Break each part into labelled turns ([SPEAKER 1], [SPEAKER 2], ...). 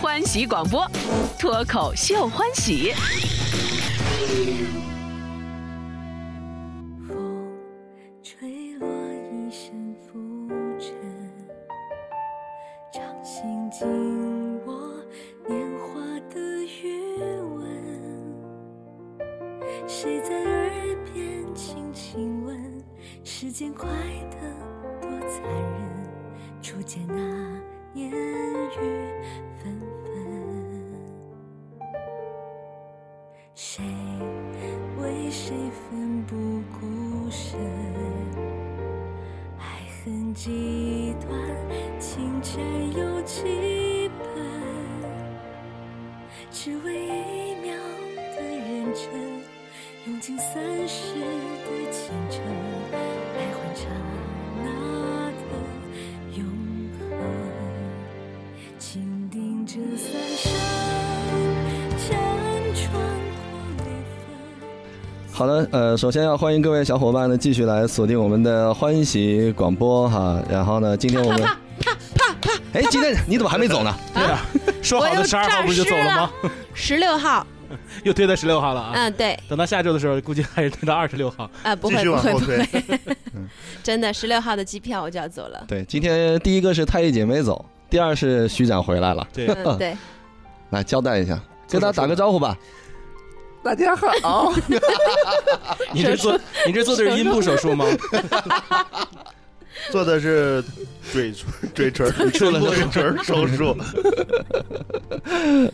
[SPEAKER 1] 欢喜广播，脱口秀欢喜。
[SPEAKER 2] 风吹落一身浮尘，掌心紧握年华的余温。谁在耳边轻轻问，世间快得多残忍？初见那年雨纷纷。谁为谁奋不顾身？爱恨几段，情债有几本？只为一秒的认真，用尽三世的虔诚，来换刹那的永恒。请盯着三生辗转过每分。
[SPEAKER 3] 好的，呃，首先要欢迎各位小伙伴呢，继续来锁定我们的欢喜广播哈。然后呢，今天我们，哎，今天你怎么还没走 呢？
[SPEAKER 4] 对啊，说好
[SPEAKER 5] 我
[SPEAKER 4] 的
[SPEAKER 5] 又
[SPEAKER 4] 十二号不是就走了吗？
[SPEAKER 5] 十六号，
[SPEAKER 4] 又推到十六号了啊！
[SPEAKER 5] 嗯，对，
[SPEAKER 4] 等到下周的时候，估计还是推到二十六号。
[SPEAKER 5] 啊，不
[SPEAKER 6] 继
[SPEAKER 5] 会，
[SPEAKER 6] 续
[SPEAKER 5] 不
[SPEAKER 6] 往
[SPEAKER 5] 会，
[SPEAKER 6] 后
[SPEAKER 5] 不
[SPEAKER 6] 推
[SPEAKER 5] 会，真的，十六号的机票我就要走 了。
[SPEAKER 3] 对，今天第一个是太医姐没走，第二是徐长回来了，
[SPEAKER 4] 对，
[SPEAKER 5] 嗯，对，
[SPEAKER 3] 来交代 一下，跟大家打个招呼吧。
[SPEAKER 6] 大家好，
[SPEAKER 4] 你这做你这做的是阴部手术吗？
[SPEAKER 6] 做的是嘴唇 嘴唇
[SPEAKER 3] 做了
[SPEAKER 6] 嘴唇手 术，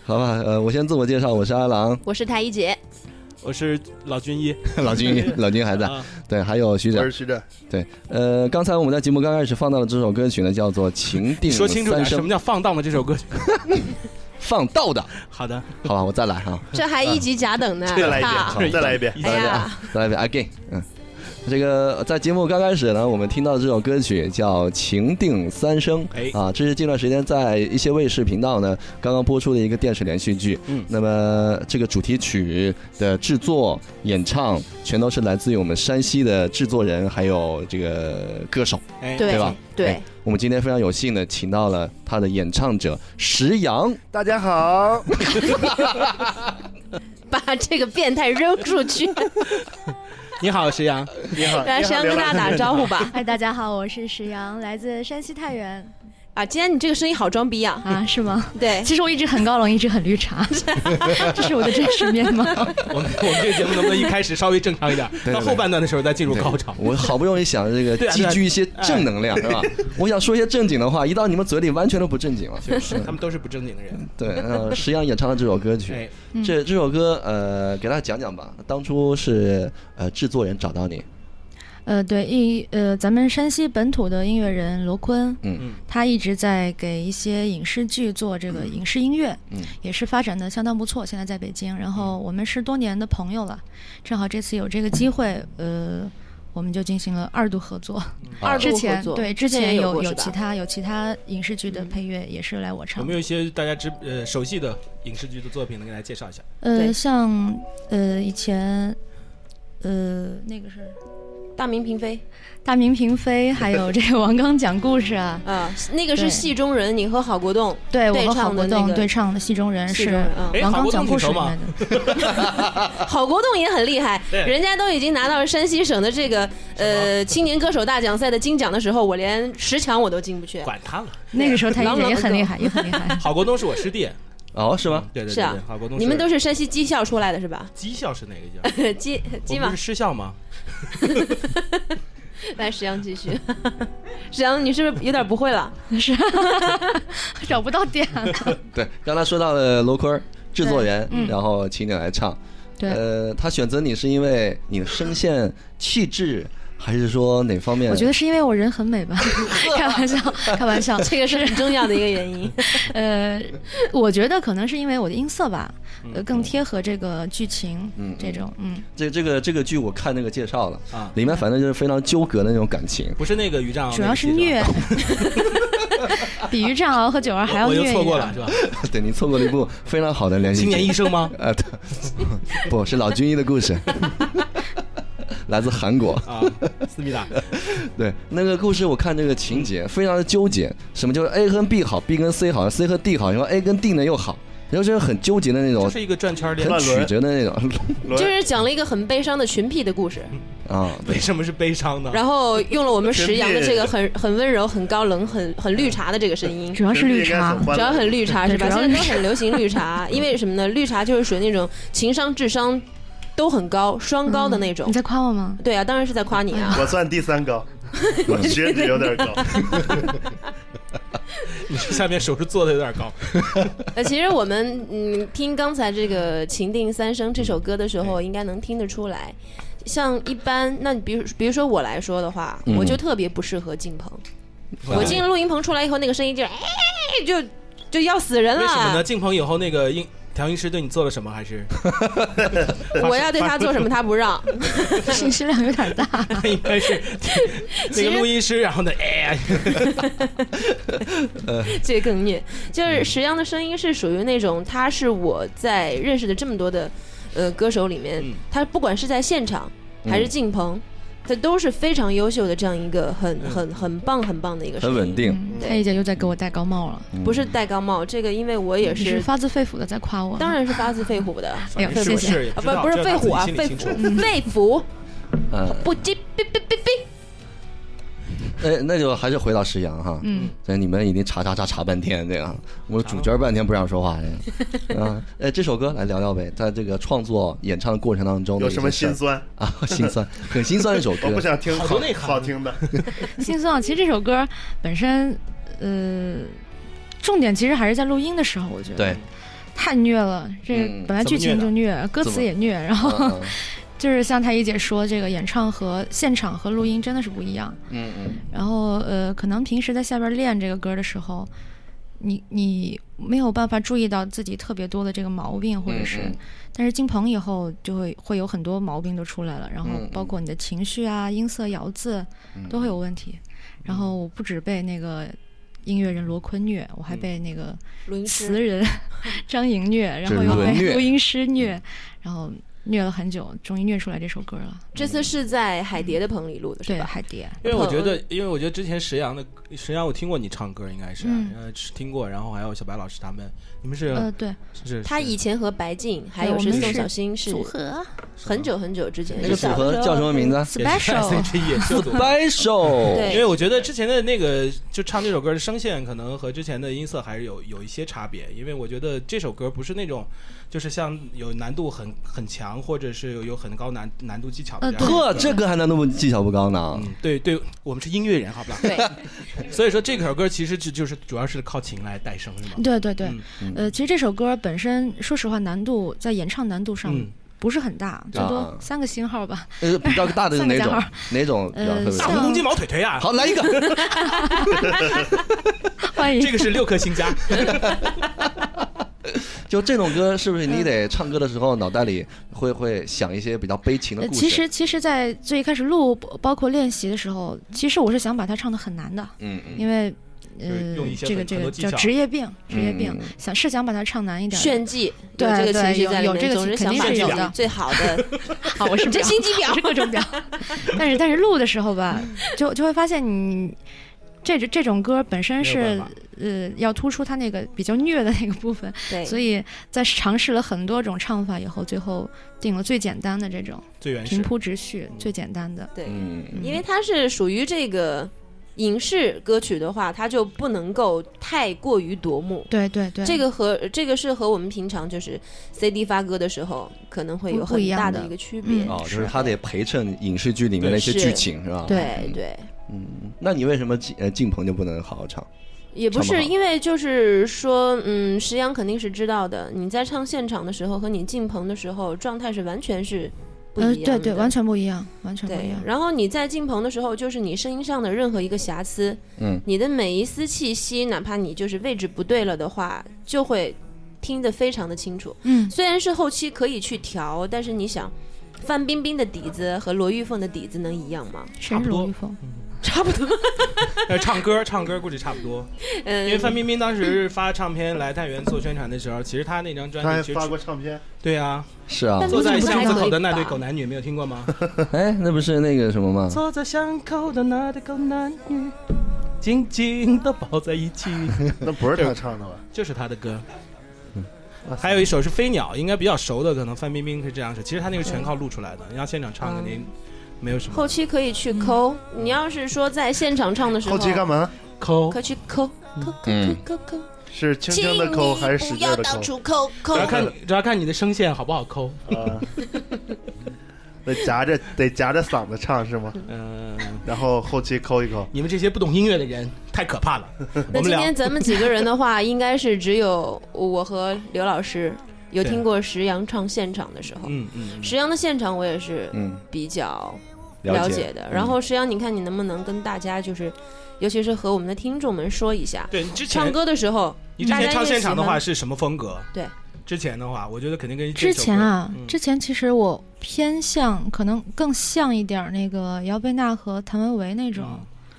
[SPEAKER 3] 好吧，呃，我先自我介绍，我是阿 郎，
[SPEAKER 5] 我是太医姐，
[SPEAKER 4] 我是老军医，
[SPEAKER 3] 老金，老金还在，
[SPEAKER 4] 啊
[SPEAKER 3] 对，还有徐
[SPEAKER 6] 我
[SPEAKER 3] 长
[SPEAKER 6] 是，徐震，
[SPEAKER 3] 对，呃，刚才我们在节目刚开始放到的这首歌曲呢，叫做《情定
[SPEAKER 4] 说清楚点
[SPEAKER 3] 三
[SPEAKER 4] 什么
[SPEAKER 3] 生
[SPEAKER 4] 叫放荡的这首歌曲。
[SPEAKER 3] 放倒的》，
[SPEAKER 4] 好的，
[SPEAKER 3] 好吧，我再来哈，
[SPEAKER 5] 这还一级甲 等呢，
[SPEAKER 6] 再来一
[SPEAKER 5] 靠
[SPEAKER 6] 遍，再来一遍，
[SPEAKER 5] 哎呀，
[SPEAKER 3] 再来一遍 again，嗯。这个在节目刚开始呢，我们听到这首歌曲叫《情定三生》，
[SPEAKER 4] 哎
[SPEAKER 3] 啊，这是近段时间在一些卫视频道呢刚刚播出的一个电视连续剧。
[SPEAKER 4] 嗯
[SPEAKER 3] 那么这个主题曲的制作、演唱，全都是来自于我们山西的制作人，还有这个歌手。
[SPEAKER 4] 哎，
[SPEAKER 5] 对
[SPEAKER 3] 对吧
[SPEAKER 5] 对
[SPEAKER 3] 哎，我们今天非常有幸的请到了他的演唱者石阳，
[SPEAKER 6] 大家好，
[SPEAKER 5] 把这个变态扔出 去，
[SPEAKER 4] 你好，石阳，
[SPEAKER 6] 你好，
[SPEAKER 5] 让山跟大家打个招呼 吧。
[SPEAKER 7] 嗨，大家好，我是石阳，来自山西太原
[SPEAKER 5] 啊，今天你这个声音好装逼啊！
[SPEAKER 7] 啊，是吗？
[SPEAKER 5] 对，
[SPEAKER 7] 其实我一直很高冷，一直很绿 茶，这是我的真实面貌。
[SPEAKER 4] 我们我们这个节目能不能一开始稍微正常一点，
[SPEAKER 3] 对
[SPEAKER 4] 到后半段的时候再 进入高潮？
[SPEAKER 3] 我好不容易想这个
[SPEAKER 4] 对啊啊
[SPEAKER 3] 积
[SPEAKER 4] 对啊
[SPEAKER 3] 聚一些正能量，是吧？我想说一些正经的话，一到你们嘴里完全都不正经了。
[SPEAKER 4] 确 实，他们都是不正经的人。
[SPEAKER 3] 对，呃，石阳演唱的这首歌曲，
[SPEAKER 4] 哎，
[SPEAKER 7] 嗯
[SPEAKER 3] 这这首歌呃，给大家讲讲吧。当初是呃制作人找到你，
[SPEAKER 7] 呃，对，一呃，咱们山西本土的音乐人罗坤，
[SPEAKER 3] 嗯
[SPEAKER 7] 他一直在给一些影视剧做这个影视音乐，
[SPEAKER 3] 嗯
[SPEAKER 7] 也是发展的相当不错，现在在北京。然后我们是多年的朋友了，正好这次有这个机会，呃，我们就进行了二度合作。
[SPEAKER 5] 二度
[SPEAKER 7] 之
[SPEAKER 5] 合
[SPEAKER 7] 前
[SPEAKER 5] 作，
[SPEAKER 7] 对之
[SPEAKER 5] 之
[SPEAKER 7] 前
[SPEAKER 5] 有
[SPEAKER 7] 有
[SPEAKER 5] 过是
[SPEAKER 7] 有
[SPEAKER 5] 吧嗯
[SPEAKER 7] 其他有其他影视剧的配乐也是来我
[SPEAKER 4] 有
[SPEAKER 7] 唱
[SPEAKER 4] 没。有一些大家知呃熟悉的影视剧的作品能给大家介绍一下？
[SPEAKER 7] 呃，
[SPEAKER 5] 对
[SPEAKER 7] 像呃以前，呃那个是《
[SPEAKER 5] 大明嫔 妃，
[SPEAKER 7] 大明嫔妃》，还有这个王刚讲故事啊
[SPEAKER 5] 啊，那个是
[SPEAKER 7] 对
[SPEAKER 5] 戏中人，你和郝国栋
[SPEAKER 7] 对
[SPEAKER 5] 对
[SPEAKER 7] 我和
[SPEAKER 5] 唱
[SPEAKER 7] 郝
[SPEAKER 5] 的
[SPEAKER 7] 国
[SPEAKER 5] 那
[SPEAKER 7] 栋
[SPEAKER 5] 个
[SPEAKER 7] 对唱的戏中人嗯
[SPEAKER 5] 戏中
[SPEAKER 7] 是
[SPEAKER 5] 人啊
[SPEAKER 4] 哎
[SPEAKER 7] 王
[SPEAKER 4] 郝
[SPEAKER 7] 刚
[SPEAKER 4] 国
[SPEAKER 7] 讲
[SPEAKER 4] 栋
[SPEAKER 7] 故
[SPEAKER 4] 你
[SPEAKER 7] 事
[SPEAKER 4] 熟
[SPEAKER 7] 里
[SPEAKER 4] 吗
[SPEAKER 7] 面的。
[SPEAKER 5] 郝国栋也很厉害，
[SPEAKER 4] 对
[SPEAKER 5] 人家都已经拿到了山西省的这个呃青年歌手大奖赛的金奖的时候，我连十强我都进不去。
[SPEAKER 4] 管他了，。
[SPEAKER 7] 那个时候他
[SPEAKER 5] 朗朗
[SPEAKER 7] 也
[SPEAKER 5] 的
[SPEAKER 7] 很厉
[SPEAKER 5] 歌
[SPEAKER 7] 害，也很厉害
[SPEAKER 4] 郝国栋是我师弟，嗯
[SPEAKER 3] 哦，是吗？
[SPEAKER 4] 对对
[SPEAKER 5] 啊是
[SPEAKER 4] 对
[SPEAKER 5] 啊
[SPEAKER 4] 对，郝国栋，
[SPEAKER 5] 你们都是山西技校出来的是吧？
[SPEAKER 4] 讥笑是哪个叫？
[SPEAKER 5] 鸡鸡
[SPEAKER 4] 我
[SPEAKER 5] 嘛
[SPEAKER 4] 不是，失笑吗？
[SPEAKER 5] 来石阳继续。 石阳，你是不是有点不会了？
[SPEAKER 7] 找不到点了。
[SPEAKER 3] 嗯对，刚才说到了罗坤儿制作人，
[SPEAKER 7] 对嗯
[SPEAKER 3] 然后请你来唱。
[SPEAKER 7] 对，
[SPEAKER 3] 呃，他选择你是因为你的声线、气质，还是说哪方面？
[SPEAKER 7] 我觉得是因为我人很美吧，开玩笑，开玩笑。
[SPEAKER 5] 这个是很重要的一个原 因。
[SPEAKER 7] 呃，我觉得可能是因为我的音色吧，呃，更贴合这个剧情
[SPEAKER 3] 嗯嗯
[SPEAKER 7] 这种，嗯。
[SPEAKER 3] 这这个这个剧我看那个介绍了
[SPEAKER 4] 啊
[SPEAKER 3] 里面反正就是非常纠葛的那种感情。
[SPEAKER 4] 不是那个于丈，
[SPEAKER 7] 主要是
[SPEAKER 4] 那个戏
[SPEAKER 7] 虐
[SPEAKER 4] 吧，
[SPEAKER 7] 比于战鳌和九儿还要
[SPEAKER 4] 我
[SPEAKER 7] 虐
[SPEAKER 4] 又
[SPEAKER 7] 一点。
[SPEAKER 4] 错过了是吧？
[SPEAKER 3] 对你错过了一部非常好的连续
[SPEAKER 4] 啊 青年
[SPEAKER 3] 剧啊
[SPEAKER 4] 医生吗？
[SPEAKER 3] 呃，对不是老军医的故事。 来自韩国。
[SPEAKER 4] 啊，思密达，
[SPEAKER 3] 对，那个故事我看这个情节非常的纠结，什么就是 A 跟 B 好，B 跟 C 好，C 和 D 好，然后 A 跟 D 呢又好，然后就是很纠结的那
[SPEAKER 4] 这
[SPEAKER 3] 种，
[SPEAKER 4] 是一个转圈儿链
[SPEAKER 3] 很。曲折的那种
[SPEAKER 5] 就是讲了一个很悲伤的群癖的故事，
[SPEAKER 3] 啊。
[SPEAKER 4] 为什么是悲伤呢？
[SPEAKER 5] 然后用了我们石阳的这个很很温柔、很高冷、很很绿茶的这个声 音，
[SPEAKER 7] 主要是绿茶，
[SPEAKER 5] 主要很绿茶是吧？
[SPEAKER 7] 对主
[SPEAKER 5] 现
[SPEAKER 7] 要
[SPEAKER 5] 在
[SPEAKER 7] 是
[SPEAKER 5] 都很流行绿 茶，因为什么呢？绿茶就是属于那种情商、智商都很高、双高的那
[SPEAKER 7] 嗯
[SPEAKER 5] 种
[SPEAKER 7] 你。在嗯夸我吗？
[SPEAKER 5] 对啊，当然是在夸你啊。
[SPEAKER 6] 我算第 三高，我血脂有点 高，
[SPEAKER 4] 你这 下面手是做的有点高，
[SPEAKER 5] 呃，其实我们嗯听刚才这个《情定三生》这首歌的时候，应该能听得出来。像一般，那你比如比如说我来说的话，
[SPEAKER 3] 嗯
[SPEAKER 5] 我就特别不适合进棚。
[SPEAKER 4] 嗯
[SPEAKER 5] 我进录音棚出来以后，那个声音就哎就就要死人
[SPEAKER 4] 为什么呢？
[SPEAKER 5] 了。
[SPEAKER 4] 进棚以后，那个音调音师对你做了什么？还是
[SPEAKER 5] 我要对他做什么，他不让。
[SPEAKER 7] 信息量有点大。
[SPEAKER 4] 应该 是那
[SPEAKER 5] 其实
[SPEAKER 4] 个录音师，然后呢，哎呀，
[SPEAKER 5] 这个更虐，
[SPEAKER 4] 嗯
[SPEAKER 5] 就是石央的声音是属于那种，他是我在认识的这么多的呃歌手里面
[SPEAKER 4] 嗯，
[SPEAKER 5] 他不管是在现场还是进棚，他都是非常优秀的这样一个很
[SPEAKER 4] 嗯
[SPEAKER 5] 很很棒很棒的一个声
[SPEAKER 3] 很
[SPEAKER 5] 音，
[SPEAKER 3] 稳定，
[SPEAKER 7] 嗯
[SPEAKER 5] 对
[SPEAKER 7] 太姐又在给我戴高帽了，
[SPEAKER 5] 不是戴高帽，这个因为我也
[SPEAKER 7] 你是
[SPEAKER 5] 是，
[SPEAKER 7] 发自肺腑的在夸我。
[SPEAKER 5] 当，然是发自肺腑的，啊
[SPEAKER 7] 哎呦，
[SPEAKER 4] 是
[SPEAKER 7] 谢
[SPEAKER 4] 不
[SPEAKER 7] 谢。
[SPEAKER 4] 是？也
[SPEAKER 5] 不
[SPEAKER 4] 知道
[SPEAKER 5] 不是
[SPEAKER 4] 这
[SPEAKER 5] 肺
[SPEAKER 4] 他自己
[SPEAKER 5] 腑啊，
[SPEAKER 4] 心里
[SPEAKER 5] 肺
[SPEAKER 4] 清楚
[SPEAKER 5] 腑肺腑
[SPEAKER 3] 嗯，
[SPEAKER 5] 不羁，哔哔哔哔。
[SPEAKER 3] 哎，那就还是回到石阳哈，
[SPEAKER 7] 嗯，
[SPEAKER 3] 这你们已经查查查查半天这个，我们主角半天不让说话 这个，啊，哎，这首歌来聊聊呗，在这个创作演唱过程当中的
[SPEAKER 6] 有
[SPEAKER 3] 一
[SPEAKER 6] 什
[SPEAKER 3] 些
[SPEAKER 6] 么
[SPEAKER 3] 事儿
[SPEAKER 6] 心酸？
[SPEAKER 3] 啊？ 心酸，很心酸一首歌
[SPEAKER 6] 我，不想听
[SPEAKER 4] 好
[SPEAKER 6] 好
[SPEAKER 4] 多内涵
[SPEAKER 6] 好听的，
[SPEAKER 7] 心酸啊。其实这首歌本身，呃，重点其实还是在录音的时候，我觉得
[SPEAKER 3] 对，
[SPEAKER 7] 太虐了。这
[SPEAKER 3] 嗯
[SPEAKER 7] 本来剧情就虐，歌
[SPEAKER 3] 怎
[SPEAKER 7] 词
[SPEAKER 3] 么
[SPEAKER 7] 也虐，然
[SPEAKER 3] 嗯
[SPEAKER 7] 后就是像太一姐说，这个演唱和现场和录音真的是不一样。
[SPEAKER 3] 嗯嗯
[SPEAKER 7] 然后呃，可能平时在下边练这个歌的时候，你你没有办法注意到自己特别多的这个毛病，或者是，
[SPEAKER 3] 嗯嗯
[SPEAKER 7] 但是进棚以后就会会有很多毛病都出来了，然后
[SPEAKER 3] 嗯嗯嗯
[SPEAKER 7] 包括你的情绪啊、音色、咬字都会有问题。然后我不止被那个音乐人罗坤虐，我还被那个
[SPEAKER 5] 录音
[SPEAKER 7] 词
[SPEAKER 5] 师，
[SPEAKER 7] 人张莹虐，然后
[SPEAKER 3] 这
[SPEAKER 7] 又
[SPEAKER 3] 轮虐嗯
[SPEAKER 7] 被录音师虐，然后虐了很久，终于虐出来这首歌了。
[SPEAKER 5] 这次是在海蝶的棚里录的是
[SPEAKER 7] 对，
[SPEAKER 5] 吧？
[SPEAKER 7] 海蝶，
[SPEAKER 4] 因为我觉得，因为我觉得之前石阳的石阳，我听过你唱歌，应该是
[SPEAKER 7] 嗯
[SPEAKER 4] 呃是听过，然后还有小白老师他们，你们是
[SPEAKER 7] 呃，对，
[SPEAKER 4] 是
[SPEAKER 5] 他
[SPEAKER 4] 是
[SPEAKER 5] 以前和白静还
[SPEAKER 7] 对
[SPEAKER 5] 有
[SPEAKER 7] 我们
[SPEAKER 5] 是宋
[SPEAKER 7] 是
[SPEAKER 5] 小新是
[SPEAKER 7] 合
[SPEAKER 4] 吗
[SPEAKER 5] 很久很久之前
[SPEAKER 3] 那
[SPEAKER 5] 是
[SPEAKER 3] 个
[SPEAKER 5] 小
[SPEAKER 3] 组
[SPEAKER 5] 的
[SPEAKER 3] 合
[SPEAKER 5] 时候
[SPEAKER 3] 叫什么名 字啊
[SPEAKER 4] 也是
[SPEAKER 7] special。
[SPEAKER 4] SHE 也是有组合
[SPEAKER 3] ？Special，
[SPEAKER 5] 对
[SPEAKER 4] 因为我觉得之前的那个就唱这首歌的声线，可能和之前的音色还是有有一些差别。因为我觉得这首歌不是那种，就是像有难度很很强，或者是有有很高难难度技巧的
[SPEAKER 7] 呃
[SPEAKER 5] 嗯
[SPEAKER 4] 这样的歌。
[SPEAKER 3] 呵，这歌还能那么技巧不高呢？
[SPEAKER 4] 嗯，对对，我们是音乐人，好不好？
[SPEAKER 5] 对，
[SPEAKER 4] 所以说这首歌其实就就是主要是靠琴来带声，是吗？
[SPEAKER 7] 对对对，
[SPEAKER 4] 嗯
[SPEAKER 7] 呃，其实这首歌本身，说实话，难度在演唱难度上
[SPEAKER 4] 嗯
[SPEAKER 7] 不是很大，最
[SPEAKER 3] 啊
[SPEAKER 7] 多三个星号吧。
[SPEAKER 3] 呃，比较大的是哪
[SPEAKER 7] 三
[SPEAKER 3] 种
[SPEAKER 7] 个加号？
[SPEAKER 3] 哪种比较特别
[SPEAKER 7] 呃
[SPEAKER 3] 大
[SPEAKER 4] 大
[SPEAKER 7] 像
[SPEAKER 4] 红公鸡毛腿腿啊！
[SPEAKER 3] 好，来一个。
[SPEAKER 7] 欢迎
[SPEAKER 4] 这个是六颗星加，
[SPEAKER 3] 就这种歌，是不是你得唱歌的时候脑袋里会会想一些比较悲情的
[SPEAKER 7] 呃
[SPEAKER 3] 故事？
[SPEAKER 7] 其，实，其实，在最一开始录，包括练习的时候，其实我是想把它唱的很难的，
[SPEAKER 3] 嗯嗯，
[SPEAKER 7] 因为
[SPEAKER 4] 就是
[SPEAKER 7] 呃
[SPEAKER 4] 用一，些
[SPEAKER 7] 这个
[SPEAKER 4] 很
[SPEAKER 7] 这
[SPEAKER 4] 很多
[SPEAKER 7] 个
[SPEAKER 4] 技
[SPEAKER 7] 叫
[SPEAKER 4] 巧
[SPEAKER 7] 职业病，职业病
[SPEAKER 3] 嗯，
[SPEAKER 7] 想是想把它唱难一点的。
[SPEAKER 5] 炫技，
[SPEAKER 7] 对
[SPEAKER 5] 有这个情
[SPEAKER 7] 对
[SPEAKER 5] 绪在里
[SPEAKER 7] 有
[SPEAKER 5] 面，
[SPEAKER 7] 有这个
[SPEAKER 5] 总是
[SPEAKER 7] 肯
[SPEAKER 5] 想
[SPEAKER 7] 定
[SPEAKER 5] 把
[SPEAKER 7] 是
[SPEAKER 5] 自
[SPEAKER 7] 有
[SPEAKER 5] 己
[SPEAKER 7] 的
[SPEAKER 5] 最好 的，
[SPEAKER 7] 好，我是
[SPEAKER 5] 这
[SPEAKER 7] 表
[SPEAKER 5] 心机
[SPEAKER 7] 我
[SPEAKER 5] 婊
[SPEAKER 7] 是各种 表，但是但是录的时候吧，
[SPEAKER 4] 嗯
[SPEAKER 7] 就就会发现你这这种歌本身
[SPEAKER 4] 没有
[SPEAKER 7] 是
[SPEAKER 4] 办法
[SPEAKER 7] 呃要突出它那个比较虐的那个部分，
[SPEAKER 5] 对，
[SPEAKER 7] 所以在尝试了很多种唱法以后，最后定了最简单的这种
[SPEAKER 4] 最原
[SPEAKER 7] 平
[SPEAKER 4] 始。
[SPEAKER 7] 铺直叙，最简单的。
[SPEAKER 5] 对，
[SPEAKER 3] 嗯，
[SPEAKER 5] 因为它是属于这个影视歌曲的话，它就不能够太过于夺目。
[SPEAKER 7] 对对对，
[SPEAKER 5] 这个和这个是和我们平常就是 CD 发歌的时候可能会有
[SPEAKER 7] 不不
[SPEAKER 5] 很
[SPEAKER 7] 一样
[SPEAKER 5] 大
[SPEAKER 7] 的
[SPEAKER 5] 的一个区别
[SPEAKER 7] 嗯。
[SPEAKER 3] 哦，就是他得陪衬影视剧里面的一些
[SPEAKER 5] 是
[SPEAKER 3] 剧情，是吧？
[SPEAKER 5] 对对，
[SPEAKER 3] 嗯，那你为什么进呃进棚就不能好好唱？
[SPEAKER 5] 也不
[SPEAKER 3] 唱不
[SPEAKER 5] 是，
[SPEAKER 3] 好
[SPEAKER 5] 因为就是说，嗯，石阳肯定是知道的。你在唱现场的时候和你进棚的时候状态是完全是不一
[SPEAKER 7] 呃
[SPEAKER 5] 样的，
[SPEAKER 7] 对对，完全不一样，完全不一
[SPEAKER 5] 对
[SPEAKER 7] 样。。
[SPEAKER 5] 然后你在进棚的时候，就是你声音上的任何一个瑕疵，
[SPEAKER 3] 嗯，
[SPEAKER 5] 你的每一丝气息，哪怕你就是位置不对了的话，就会听得非常的清楚。
[SPEAKER 7] 嗯，
[SPEAKER 5] 虽然是后期可以去调，但是你想，范冰冰的底子和罗玉凤的底子能一样吗？
[SPEAKER 7] 谁
[SPEAKER 4] 差
[SPEAKER 7] 是
[SPEAKER 4] 不多
[SPEAKER 7] 罗玉凤？
[SPEAKER 5] 差不多。
[SPEAKER 4] 呃，唱歌唱歌估计差不多，因为
[SPEAKER 5] 嗯，
[SPEAKER 4] 范冰冰当时发唱片来太原做宣传的时候，其实她那张专
[SPEAKER 6] 他还
[SPEAKER 4] 辑其实
[SPEAKER 6] 发过唱片，
[SPEAKER 4] 对啊，
[SPEAKER 3] 是啊
[SPEAKER 5] 但，
[SPEAKER 4] 坐在
[SPEAKER 5] 为什么
[SPEAKER 4] 巷
[SPEAKER 5] 不
[SPEAKER 4] 子
[SPEAKER 5] 还可
[SPEAKER 4] 口
[SPEAKER 5] 以
[SPEAKER 4] 的那
[SPEAKER 5] 吧
[SPEAKER 4] 对狗男女没有听过吗？
[SPEAKER 3] 哎，那不是那个什么吗？
[SPEAKER 4] 坐在巷口的那对狗男女，紧紧的抱在一起，
[SPEAKER 6] 那不是他唱的吧？
[SPEAKER 4] 就是他的歌。还有一首是《飞鸟》，应该比较熟的，可能范冰冰是这样式。其实他那个全靠录出来的，你要现场唱肯定没有什么。
[SPEAKER 5] 后期可以去抠。
[SPEAKER 4] 嗯
[SPEAKER 5] 你要是说在现场唱的时候，
[SPEAKER 6] 后期干嘛？
[SPEAKER 4] 抠
[SPEAKER 5] 可以去抠抠抠
[SPEAKER 3] 嗯
[SPEAKER 5] 抠抠抠，
[SPEAKER 6] 是轻
[SPEAKER 5] 请
[SPEAKER 6] 轻的抠还是使
[SPEAKER 5] 你不
[SPEAKER 6] 劲
[SPEAKER 5] 要
[SPEAKER 6] 的
[SPEAKER 5] 到
[SPEAKER 6] 抠？
[SPEAKER 5] 处抠抠
[SPEAKER 4] 主。要啊看主要看你的声线好不好抠。
[SPEAKER 6] 啊，得夹着得夹着嗓子唱是吗？
[SPEAKER 4] 嗯、
[SPEAKER 6] 然后后期抠一抠，
[SPEAKER 4] 你们这些不懂音乐的人太可怕了。我
[SPEAKER 5] 那
[SPEAKER 4] 们
[SPEAKER 5] 今
[SPEAKER 4] 俩
[SPEAKER 5] 天咱们几个人的话，应该是只有我和刘老师有
[SPEAKER 4] 对
[SPEAKER 5] 听过石阳唱现场的时候。
[SPEAKER 4] 嗯嗯，
[SPEAKER 5] 石阳的现场我也是
[SPEAKER 3] 嗯，
[SPEAKER 5] 比较
[SPEAKER 3] 了
[SPEAKER 5] 解的。
[SPEAKER 4] 嗯
[SPEAKER 5] 然后石阳，你看你能不能跟大家就是，尤其是和我们的听众们说一下，
[SPEAKER 4] 对你之前
[SPEAKER 5] 唱歌的时候，
[SPEAKER 4] 你之前
[SPEAKER 5] 大家
[SPEAKER 4] 唱
[SPEAKER 5] 越
[SPEAKER 4] 现场的
[SPEAKER 5] 喜欢
[SPEAKER 4] 话是什么风格？
[SPEAKER 5] 对，
[SPEAKER 4] 之前的话，我觉得肯定跟这
[SPEAKER 7] 之
[SPEAKER 4] 首歌
[SPEAKER 7] 前啊，
[SPEAKER 4] 嗯
[SPEAKER 7] 之前其实我偏向，可能更像一点儿那个姚贝娜和谭维维那种，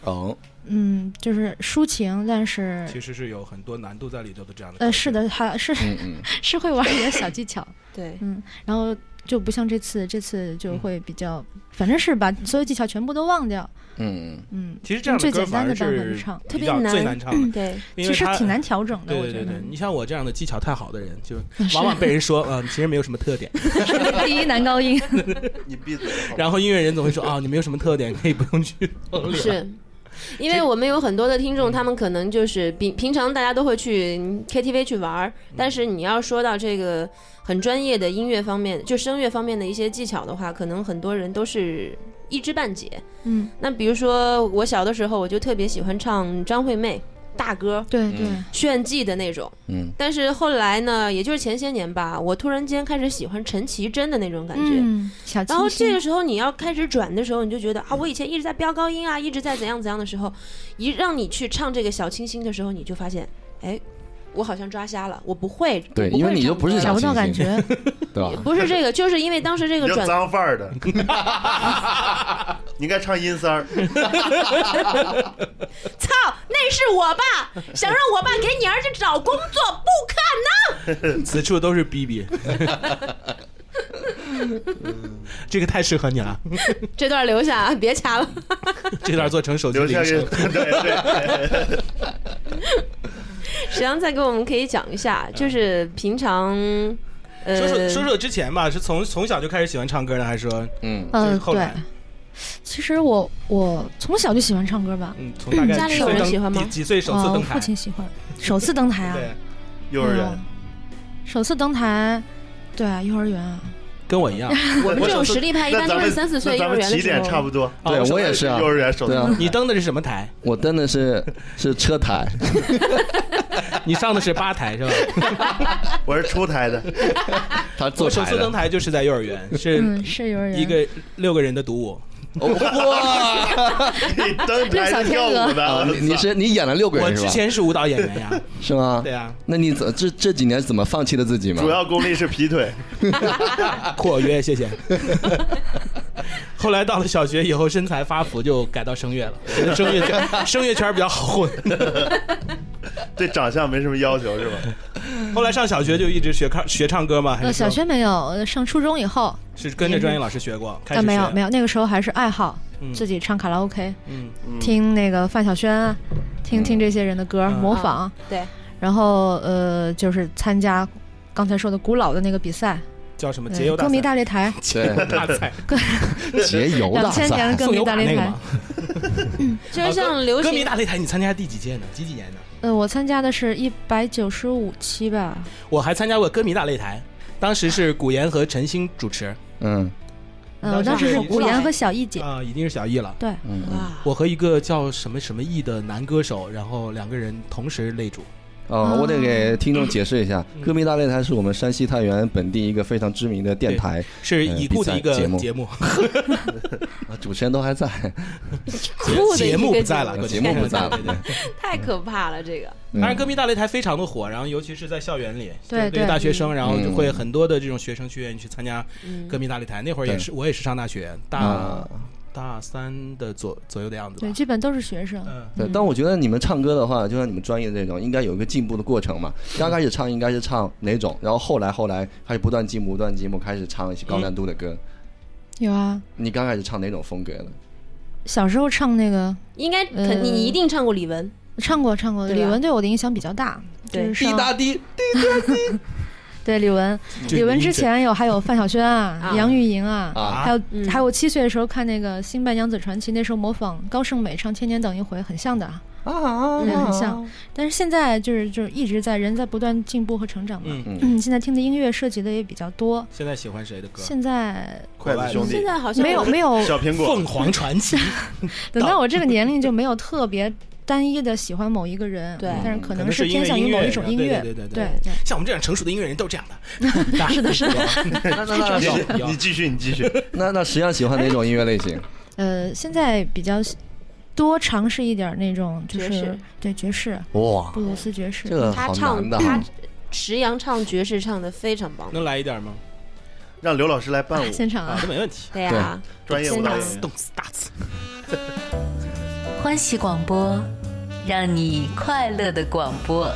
[SPEAKER 3] 哦，
[SPEAKER 7] 嗯就是抒情，但是
[SPEAKER 4] 嗯其实是有很多难度在里头的这样的。
[SPEAKER 7] 呃，是，的，还是
[SPEAKER 3] 嗯嗯，
[SPEAKER 7] 是会玩一点小技巧，
[SPEAKER 5] 对，
[SPEAKER 7] 嗯， 然后就不像这次，这次就会比较，反正是把所有技巧全部都忘掉，
[SPEAKER 3] 嗯嗯，
[SPEAKER 7] 嗯，
[SPEAKER 4] 其实这样
[SPEAKER 7] 最
[SPEAKER 4] 的歌
[SPEAKER 7] 简
[SPEAKER 4] 反
[SPEAKER 7] 单
[SPEAKER 4] 而
[SPEAKER 7] 的版本
[SPEAKER 4] 是
[SPEAKER 7] 去唱，
[SPEAKER 5] 特
[SPEAKER 4] 比
[SPEAKER 5] 别
[SPEAKER 4] 较
[SPEAKER 5] 难
[SPEAKER 4] 最难唱的，
[SPEAKER 5] 对，
[SPEAKER 4] 因
[SPEAKER 7] 嗯其
[SPEAKER 4] 为
[SPEAKER 7] 实
[SPEAKER 4] 它
[SPEAKER 7] 挺难调整的，
[SPEAKER 4] 对
[SPEAKER 7] 我
[SPEAKER 4] 对
[SPEAKER 7] 觉
[SPEAKER 4] 对
[SPEAKER 7] 得
[SPEAKER 4] 对， 你像我这样的技巧太好的人，就
[SPEAKER 7] 是
[SPEAKER 4] 往往被人说，嗯、其实没有什么特 点。
[SPEAKER 7] 第一男高音，
[SPEAKER 6] 你闭嘴。
[SPEAKER 4] 然后音乐人总会说，啊，你没有什么特点，可以不用 去考虑了。
[SPEAKER 5] 是。因为我们有很多的听众，他们可能就是平平常大家都会去 KTV 去玩
[SPEAKER 7] 嗯
[SPEAKER 5] 儿，但是你要说到这个很专业的音乐方面，就声乐方面的一些技巧的话，可能很多人都是一知半解。
[SPEAKER 7] 嗯，
[SPEAKER 5] 那比如说我小的时候，我就特别喜欢唱张惠妹大歌
[SPEAKER 7] 对对，
[SPEAKER 4] 嗯
[SPEAKER 5] 炫技的那种，
[SPEAKER 3] 嗯，
[SPEAKER 5] 但是后来呢，也就是前些年吧，我突然间开始喜欢陈绮贞的那种感觉。
[SPEAKER 7] 嗯，小
[SPEAKER 5] 然后
[SPEAKER 7] 清
[SPEAKER 5] 这
[SPEAKER 7] 新
[SPEAKER 5] 个，时候你要开始转的时候，你就觉得啊，我以前一直在飙高音啊，一直在怎样怎样的时候，一让你去唱这个小清新的时候，你就发现，哎，我好像抓瞎了，我不会，
[SPEAKER 3] 对，因为你就不是
[SPEAKER 7] 找
[SPEAKER 3] 小
[SPEAKER 7] 不
[SPEAKER 3] 清
[SPEAKER 7] 到感
[SPEAKER 3] 新，
[SPEAKER 7] 觉，
[SPEAKER 3] 对吧？
[SPEAKER 5] 不是这个，就是因为当时这
[SPEAKER 6] 你
[SPEAKER 5] 个
[SPEAKER 6] 就
[SPEAKER 5] 转
[SPEAKER 6] 脏范儿 的，你应该唱阴三儿，
[SPEAKER 5] 操，那是我爸 想让我爸给你儿子找工作，不可能。
[SPEAKER 4] 此处都是逼 逼。这个太适合你 了，
[SPEAKER 5] 这段留下啊，别掐了。
[SPEAKER 4] 这段做成手机
[SPEAKER 6] 留下
[SPEAKER 4] 铃
[SPEAKER 6] 给。
[SPEAKER 4] 声
[SPEAKER 6] 对对，
[SPEAKER 5] 实际上再给我们可以讲一下，就是平常，呃，
[SPEAKER 4] 说说说说之前吧，是从从小就开始喜欢唱歌呢，还是说，
[SPEAKER 3] 嗯
[SPEAKER 4] 就是
[SPEAKER 7] 呃，
[SPEAKER 4] 后
[SPEAKER 7] 对
[SPEAKER 4] 来。
[SPEAKER 7] 其实我我从小就喜欢唱歌吧，
[SPEAKER 4] 嗯，从大概
[SPEAKER 5] 家里
[SPEAKER 4] 几
[SPEAKER 5] 有
[SPEAKER 4] 岁
[SPEAKER 5] 人
[SPEAKER 4] 登
[SPEAKER 5] 喜欢吗
[SPEAKER 4] 几几岁首次
[SPEAKER 7] 呃我
[SPEAKER 4] 登台
[SPEAKER 7] 父？亲喜欢，首次登台 啊，嗯
[SPEAKER 4] 对，
[SPEAKER 6] 幼儿园
[SPEAKER 7] 首次登台，对啊，幼儿园啊，
[SPEAKER 4] 跟我一样。
[SPEAKER 5] 嗯我们这种实力派一
[SPEAKER 6] 那
[SPEAKER 5] 般
[SPEAKER 6] 咱
[SPEAKER 5] 都
[SPEAKER 6] 们
[SPEAKER 5] 是三四岁
[SPEAKER 6] 那
[SPEAKER 5] 幼
[SPEAKER 6] 咱
[SPEAKER 5] 儿
[SPEAKER 6] 们
[SPEAKER 5] 园的
[SPEAKER 6] 起
[SPEAKER 5] 时
[SPEAKER 6] 点
[SPEAKER 5] 候，
[SPEAKER 6] 差不多，
[SPEAKER 4] 哦
[SPEAKER 3] 对我也是啊
[SPEAKER 6] 幼儿园首
[SPEAKER 3] 对啊
[SPEAKER 6] 次，
[SPEAKER 4] 你登的是什么台？
[SPEAKER 3] 我登的是是车台，
[SPEAKER 4] 你上的是吧台 是吧？
[SPEAKER 6] 我是出 台的，
[SPEAKER 3] 他
[SPEAKER 4] 我
[SPEAKER 3] 坐
[SPEAKER 4] 首
[SPEAKER 3] 台
[SPEAKER 4] 次登
[SPEAKER 3] 的。
[SPEAKER 4] 台就是在幼儿园，是
[SPEAKER 7] 嗯，是幼儿园，
[SPEAKER 4] 一个六个人的独 舞。
[SPEAKER 3] 哦哇，
[SPEAKER 6] 你登
[SPEAKER 7] 六
[SPEAKER 6] 台
[SPEAKER 7] 小天
[SPEAKER 6] 跳
[SPEAKER 7] 鹅
[SPEAKER 6] 舞的，
[SPEAKER 3] 啊
[SPEAKER 6] 我
[SPEAKER 3] 你你
[SPEAKER 6] 操
[SPEAKER 3] 是你演了六个
[SPEAKER 4] 我
[SPEAKER 3] 人是
[SPEAKER 4] 之
[SPEAKER 3] 吧？
[SPEAKER 4] 前是舞蹈演员呀，
[SPEAKER 3] 是吗？
[SPEAKER 4] 对。啊，
[SPEAKER 3] 那你怎这这几年怎么放弃的自己吗？
[SPEAKER 6] 主要功力是劈腿，
[SPEAKER 4] 括约谢 谢。后来到了小学以后，身材发福就改到声乐了，我觉得声乐圈声乐圈比较好混。
[SPEAKER 6] 对长相没什么要求是 吧？
[SPEAKER 4] 后来上小学就一直学唱学唱歌嘛，还
[SPEAKER 7] 呃，
[SPEAKER 4] 是
[SPEAKER 7] 小
[SPEAKER 4] 说
[SPEAKER 7] 学没有，呃上初中以后
[SPEAKER 4] 是跟着专业老师学过？开
[SPEAKER 7] 啊，
[SPEAKER 4] 始
[SPEAKER 7] 没有没
[SPEAKER 4] 有，
[SPEAKER 7] 有，那个时候还是爱好，
[SPEAKER 4] 嗯
[SPEAKER 7] 自己唱卡拉 OK，
[SPEAKER 4] 嗯，
[SPEAKER 7] 听那个范晓萱啊，听听这些人的歌，
[SPEAKER 4] 嗯
[SPEAKER 7] 模仿，
[SPEAKER 5] 哦对，
[SPEAKER 7] 然后呃，就是参加刚才说的古老的那个比赛，
[SPEAKER 4] 叫什么
[SPEAKER 7] 呃
[SPEAKER 4] 节油大
[SPEAKER 7] 歌迷
[SPEAKER 4] 赛？
[SPEAKER 7] 大擂台，
[SPEAKER 3] 对，
[SPEAKER 4] 大赛，
[SPEAKER 3] 节油
[SPEAKER 7] 两
[SPEAKER 3] 大
[SPEAKER 7] 千年的
[SPEAKER 3] 赛，
[SPEAKER 7] 歌
[SPEAKER 4] 送
[SPEAKER 7] 迷
[SPEAKER 4] 油
[SPEAKER 7] 大
[SPEAKER 4] 把那
[SPEAKER 7] 擂
[SPEAKER 4] 个
[SPEAKER 7] 台
[SPEAKER 4] 吗，？
[SPEAKER 5] 就是像流
[SPEAKER 4] 歌迷
[SPEAKER 5] 行
[SPEAKER 4] 大擂台，你参加第几届呢？几几年呢？
[SPEAKER 7] 呃，我参加的是一百九十五期吧，
[SPEAKER 4] 我还参加过歌迷大擂台，当时是古岩和陈星主持
[SPEAKER 3] 嗯
[SPEAKER 7] 嗯，我
[SPEAKER 4] 当
[SPEAKER 7] 当
[SPEAKER 4] 时
[SPEAKER 7] 时是
[SPEAKER 4] 是
[SPEAKER 7] 古岩和小艺姐，
[SPEAKER 4] 啊、已经是小艺了。
[SPEAKER 7] 对，
[SPEAKER 3] 嗯，嗯
[SPEAKER 5] 哇，
[SPEAKER 4] 我和一个叫什么什么艺的男歌手，然后两个人同时擂主。
[SPEAKER 3] 哦，我得给听众解释一下
[SPEAKER 4] 嗯，
[SPEAKER 3] 歌迷大擂台是我们山西太原本地一个非常知名的电台，
[SPEAKER 4] 是已故的一个
[SPEAKER 3] 呃比赛节目
[SPEAKER 4] 节目，
[SPEAKER 3] 啊主持人都还在，
[SPEAKER 5] 酷的一
[SPEAKER 4] 节
[SPEAKER 5] 个
[SPEAKER 4] 目不在了，
[SPEAKER 3] 啊节目节
[SPEAKER 4] 关键
[SPEAKER 3] 目
[SPEAKER 4] 是
[SPEAKER 3] 不在了嗯
[SPEAKER 4] 对对
[SPEAKER 5] 太可怕了，这个。
[SPEAKER 4] 对当然，歌
[SPEAKER 3] 迷
[SPEAKER 4] 迷大擂台非常的火，然后尤其是在校园里，
[SPEAKER 7] 对
[SPEAKER 4] 就对于
[SPEAKER 7] 对
[SPEAKER 4] 大学生，然后就
[SPEAKER 3] 嗯
[SPEAKER 4] 会很多的这种学生去愿意去参加
[SPEAKER 5] 嗯
[SPEAKER 4] 歌迷大擂台。那会儿也
[SPEAKER 3] 对
[SPEAKER 4] 是，我也是上大学，大
[SPEAKER 3] 啊，
[SPEAKER 4] 大三的左左右的样子吧
[SPEAKER 7] 对，。基本都是学生。
[SPEAKER 4] 嗯，
[SPEAKER 3] 对，但我觉得你们唱歌的话，就像你们专业的这种，应该有一个进步的过程嘛。刚开始唱应该是唱哪种，然后后来后来开始不断进步，不断进步，开始唱一些高难度的歌。
[SPEAKER 7] 有啊，
[SPEAKER 3] 你刚开始唱哪种风格的？
[SPEAKER 7] 小时候唱那个
[SPEAKER 5] 应该肯你你一定唱过李玟，
[SPEAKER 7] 唱过唱过，
[SPEAKER 5] 对吧
[SPEAKER 7] 李玟对我的影响比较大。
[SPEAKER 5] 对
[SPEAKER 7] 就是
[SPEAKER 3] 滴
[SPEAKER 7] 上
[SPEAKER 3] 答滴，
[SPEAKER 7] 对李玟，
[SPEAKER 4] 就
[SPEAKER 7] 李玟之
[SPEAKER 4] 你
[SPEAKER 7] 前有还有范晓萱啊
[SPEAKER 5] 啊、
[SPEAKER 7] 杨钰莹啊，
[SPEAKER 3] 啊
[SPEAKER 7] 还有
[SPEAKER 5] 嗯
[SPEAKER 7] 还有我七岁的时候看那个《新白娘子传奇》，那时候模仿高胜美唱《千年等一回》，很像的啊，
[SPEAKER 3] 啊
[SPEAKER 4] 嗯
[SPEAKER 7] 对，
[SPEAKER 5] 哦
[SPEAKER 7] 很像。但是现在就是就是一直在人在不断进步和成长嘛。
[SPEAKER 4] 嗯，
[SPEAKER 3] 嗯，
[SPEAKER 7] 嗯，现在听的音乐涉及的也比较多。
[SPEAKER 4] 现在喜欢谁的歌？
[SPEAKER 7] 现在
[SPEAKER 6] 筷子兄弟
[SPEAKER 5] 现在好像
[SPEAKER 7] 没有没有，
[SPEAKER 6] 小苹果
[SPEAKER 4] 凤凰传奇，
[SPEAKER 7] 等到我这个年龄就没有特别单一的喜欢某一个人，
[SPEAKER 5] 对
[SPEAKER 7] 但是可
[SPEAKER 4] 可
[SPEAKER 7] 能
[SPEAKER 4] 能是
[SPEAKER 7] 是
[SPEAKER 4] 因为
[SPEAKER 7] 偏向于
[SPEAKER 4] 音乐
[SPEAKER 7] 某一种音
[SPEAKER 4] 对
[SPEAKER 7] 乐。
[SPEAKER 4] 对对对
[SPEAKER 7] 对
[SPEAKER 4] 对
[SPEAKER 7] 对
[SPEAKER 4] 像我们这样成熟的音乐人都这样的。是的，是的。
[SPEAKER 3] 那那那
[SPEAKER 4] 有有
[SPEAKER 6] 你继续，你继续。
[SPEAKER 3] 那那实际上喜欢哪种音乐类型？
[SPEAKER 7] 呃，现在比较多尝试一点儿那种，就
[SPEAKER 5] 爵
[SPEAKER 7] 是
[SPEAKER 5] 士
[SPEAKER 7] 对爵士、
[SPEAKER 3] 哇，
[SPEAKER 7] 布鲁斯爵士。
[SPEAKER 3] 这个
[SPEAKER 5] 他
[SPEAKER 3] 好
[SPEAKER 5] 唱
[SPEAKER 3] 难的
[SPEAKER 5] 他
[SPEAKER 3] 哈。
[SPEAKER 5] 石阳唱爵士唱的非常棒，
[SPEAKER 4] 能来一点吗？
[SPEAKER 6] 让刘老师来伴
[SPEAKER 7] 啊
[SPEAKER 6] 舞，
[SPEAKER 7] 现场
[SPEAKER 4] 啊，
[SPEAKER 7] 啊
[SPEAKER 4] 这，没问题。
[SPEAKER 5] 对呀，
[SPEAKER 6] 专业舞蹈演员。
[SPEAKER 4] 动次打次。
[SPEAKER 8] 欢喜广播，让你快乐的广播。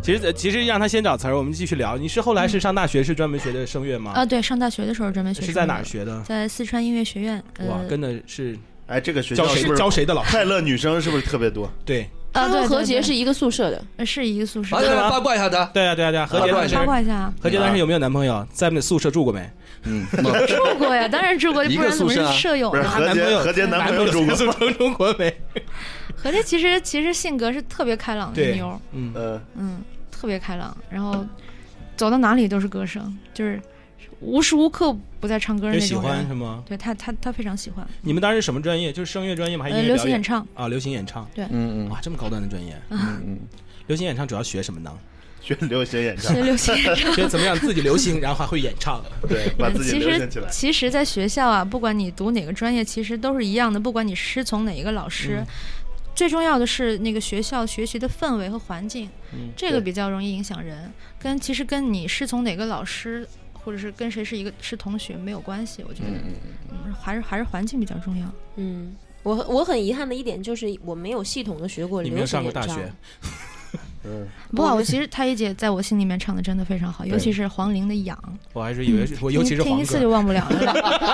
[SPEAKER 4] 其实，呃其实让他先找词儿，我们继续聊。你是后来是上大学是专门学的声乐吗？
[SPEAKER 7] 啊，对，上大学的时候专门学
[SPEAKER 4] 是
[SPEAKER 7] 声
[SPEAKER 4] 在
[SPEAKER 7] 乐
[SPEAKER 4] 哪儿？学的？
[SPEAKER 7] 在四川音乐学院。
[SPEAKER 4] 哇，
[SPEAKER 7] 呃
[SPEAKER 4] 跟的是
[SPEAKER 6] 哎，这个学
[SPEAKER 4] 教
[SPEAKER 6] 校
[SPEAKER 4] 谁
[SPEAKER 6] 是不是
[SPEAKER 4] 教谁的老师？
[SPEAKER 6] 快乐女生是不是特别多？
[SPEAKER 4] 对，
[SPEAKER 5] 他
[SPEAKER 7] 啊，对
[SPEAKER 5] 和
[SPEAKER 7] 对
[SPEAKER 5] 何
[SPEAKER 7] 对
[SPEAKER 5] 洁是一个宿舍的，
[SPEAKER 7] 呃是一个宿舍
[SPEAKER 3] 来。来来，八卦一下他。
[SPEAKER 4] 对啊，对啊，对啊。何洁
[SPEAKER 3] 八
[SPEAKER 4] 当
[SPEAKER 3] 卦
[SPEAKER 4] 时
[SPEAKER 7] 八，卦一下啊，
[SPEAKER 4] 何洁当时有没有男朋友？在那宿舍住过没？
[SPEAKER 3] 嗯，
[SPEAKER 7] 住过呀，当然 住过，
[SPEAKER 3] 一
[SPEAKER 7] 不
[SPEAKER 3] 个
[SPEAKER 7] 然怎
[SPEAKER 3] 宿
[SPEAKER 7] 么
[SPEAKER 3] 舍啊
[SPEAKER 7] 是舍友
[SPEAKER 6] 不是
[SPEAKER 7] 呢？
[SPEAKER 6] 何
[SPEAKER 4] 男朋
[SPEAKER 6] 洁，
[SPEAKER 4] 友
[SPEAKER 6] 何洁男朋友中
[SPEAKER 4] 中
[SPEAKER 6] 国
[SPEAKER 4] 国，。中国没？
[SPEAKER 7] 何洁其实其实性格是特别开朗的
[SPEAKER 4] 对
[SPEAKER 7] 妞儿，，
[SPEAKER 4] 嗯，
[SPEAKER 6] 呃，
[SPEAKER 7] 嗯，特别开朗，然后走到哪里都是歌声，就是无时无刻不在唱歌
[SPEAKER 4] 就
[SPEAKER 7] 那
[SPEAKER 4] 喜
[SPEAKER 7] 种
[SPEAKER 4] 欢
[SPEAKER 7] 人。
[SPEAKER 4] 是吗？
[SPEAKER 7] 对他，他他非常喜欢，
[SPEAKER 4] 你们当时什么专业？就是声乐专业吗？还是
[SPEAKER 7] 呃，
[SPEAKER 4] 音乐
[SPEAKER 7] 流
[SPEAKER 4] 表
[SPEAKER 7] 行演
[SPEAKER 4] 演
[SPEAKER 7] 唱，
[SPEAKER 4] 啊？流行演唱。
[SPEAKER 3] 嗯嗯
[SPEAKER 4] 哇，这么高端的专业。
[SPEAKER 3] 嗯嗯，
[SPEAKER 4] 流行演唱主要学什么呢？
[SPEAKER 6] 学流行演唱
[SPEAKER 7] 对，流行演唱。
[SPEAKER 4] 学怎么样自己流行，然后还会演唱。
[SPEAKER 6] 对，把自己
[SPEAKER 7] 其
[SPEAKER 6] 流
[SPEAKER 7] 实
[SPEAKER 6] 行起来。
[SPEAKER 7] 其实，在学校啊，不管你读哪个专业，其实都是一样的。不管你师从哪一个老师，
[SPEAKER 4] 嗯
[SPEAKER 7] 最重要的是那个学校学习的氛围和环境，
[SPEAKER 4] 嗯，
[SPEAKER 7] 这个比较容易影响人。跟其实跟你师从哪个老师，或者是跟谁是一个是同学没有关系。我觉得，嗯还是还是环境比较重要。
[SPEAKER 5] 嗯。我我很遗憾的一点就是我没有系统的学过
[SPEAKER 4] 你
[SPEAKER 5] 流
[SPEAKER 4] 没
[SPEAKER 5] 行
[SPEAKER 4] 有
[SPEAKER 5] 演
[SPEAKER 4] 上
[SPEAKER 5] 唱，
[SPEAKER 4] 过大学，
[SPEAKER 6] 嗯，
[SPEAKER 7] 不过，我其实太一姐在我心里面唱的真的非常好，尤其是黄龄的《痒
[SPEAKER 4] 我还是以为是我，》，尤其是
[SPEAKER 7] 听听
[SPEAKER 4] 黄
[SPEAKER 7] 一次
[SPEAKER 4] 哥。
[SPEAKER 7] 就忘不了了。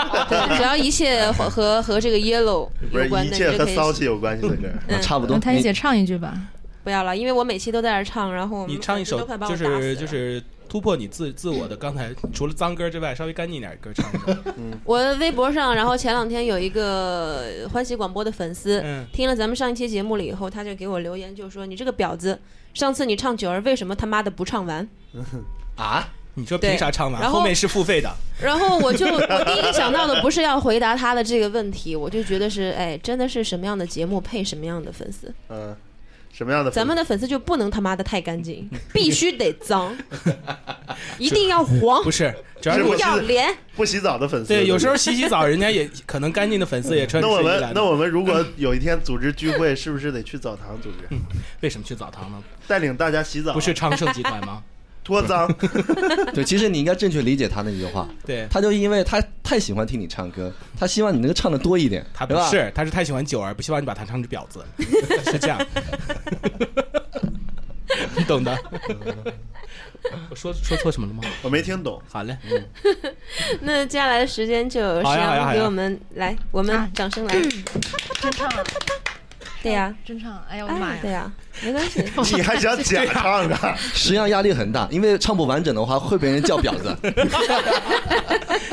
[SPEAKER 5] 对只要一切和和 和这个 yellow
[SPEAKER 6] 不
[SPEAKER 5] 有
[SPEAKER 6] 是
[SPEAKER 5] 关
[SPEAKER 6] 一
[SPEAKER 5] 的，
[SPEAKER 6] 切
[SPEAKER 5] 你就
[SPEAKER 6] 和
[SPEAKER 5] 可以
[SPEAKER 6] 骚气有关系的 歌。
[SPEAKER 3] 嗯，差不多。
[SPEAKER 7] 让太一姐
[SPEAKER 3] 你
[SPEAKER 7] 唱一句吧。
[SPEAKER 5] 不要了，因为我每期都在这儿唱，然后我们
[SPEAKER 4] 你唱一
[SPEAKER 5] 粉丝
[SPEAKER 4] 首
[SPEAKER 5] 都快把，我
[SPEAKER 4] 就
[SPEAKER 5] 打死了
[SPEAKER 4] 是就是突破你自自我的。刚才除了脏歌之外，稍微干净一点的歌唱一首。
[SPEAKER 5] 我微博上，然后前两天有一个呃欢喜广播的粉丝，
[SPEAKER 4] 嗯
[SPEAKER 5] 听了咱们上一期节目了以后，他就给我留言，就说你这个婊子，上次你唱九儿为什么他妈的不唱完？
[SPEAKER 3] 啊，
[SPEAKER 4] 你说
[SPEAKER 5] 对
[SPEAKER 4] 凭啥唱完？
[SPEAKER 5] 然后
[SPEAKER 4] 后面是付费的，
[SPEAKER 5] 然后我就我第一个想到的不是要回答他的这个问题，我就觉得是哎，真的是什么样的节目配什么样的粉丝，
[SPEAKER 6] 嗯，什么样的粉丝？
[SPEAKER 5] 咱们的粉丝就不能他妈的太干净，必须得脏，一定要黄
[SPEAKER 4] 不，是，主要
[SPEAKER 6] 是
[SPEAKER 4] 是
[SPEAKER 6] 不
[SPEAKER 4] 我
[SPEAKER 6] 是
[SPEAKER 5] 要廉。
[SPEAKER 6] 不洗澡的粉丝。
[SPEAKER 4] 对，有时候洗洗澡，人家也可能干净的粉丝也穿着
[SPEAKER 6] 那我
[SPEAKER 4] 睡衣
[SPEAKER 6] 们
[SPEAKER 4] 来
[SPEAKER 6] 那
[SPEAKER 4] 的。
[SPEAKER 6] 我们如果有一天组织聚会，是不是得去澡堂组织，
[SPEAKER 4] 为什么去澡堂呢？
[SPEAKER 6] 带领大家洗澡？
[SPEAKER 4] 不是昌盛集团吗？
[SPEAKER 6] 脱脏，
[SPEAKER 3] 对，其实你应该正确理解他那句话。
[SPEAKER 4] 对，
[SPEAKER 3] 他就因为他太喜欢听你唱歌，他希望你能够唱的多一点，
[SPEAKER 4] 他
[SPEAKER 3] 对
[SPEAKER 4] 不
[SPEAKER 3] 吧？
[SPEAKER 4] 是，他是太喜欢九儿，不希望你把他唱成婊子，是这样， 你懂的。我说说错什么了吗？
[SPEAKER 6] 我没听懂。
[SPEAKER 4] 嗯好嘞，
[SPEAKER 5] 那接下来的时间就由石
[SPEAKER 4] 好呀好呀
[SPEAKER 5] 阳
[SPEAKER 4] 好
[SPEAKER 5] 给
[SPEAKER 4] 呀
[SPEAKER 5] 我们来，我
[SPEAKER 7] 啊
[SPEAKER 5] 们掌声来。
[SPEAKER 7] 真唱啊！
[SPEAKER 5] 对呀，
[SPEAKER 7] 真唱！哎呀，我的妈
[SPEAKER 5] 哎
[SPEAKER 7] 呀！
[SPEAKER 5] 对呀，没关系。
[SPEAKER 6] 你还想假唱啊？
[SPEAKER 3] 实际上压力很大，因为唱不完整的话会被人叫婊子。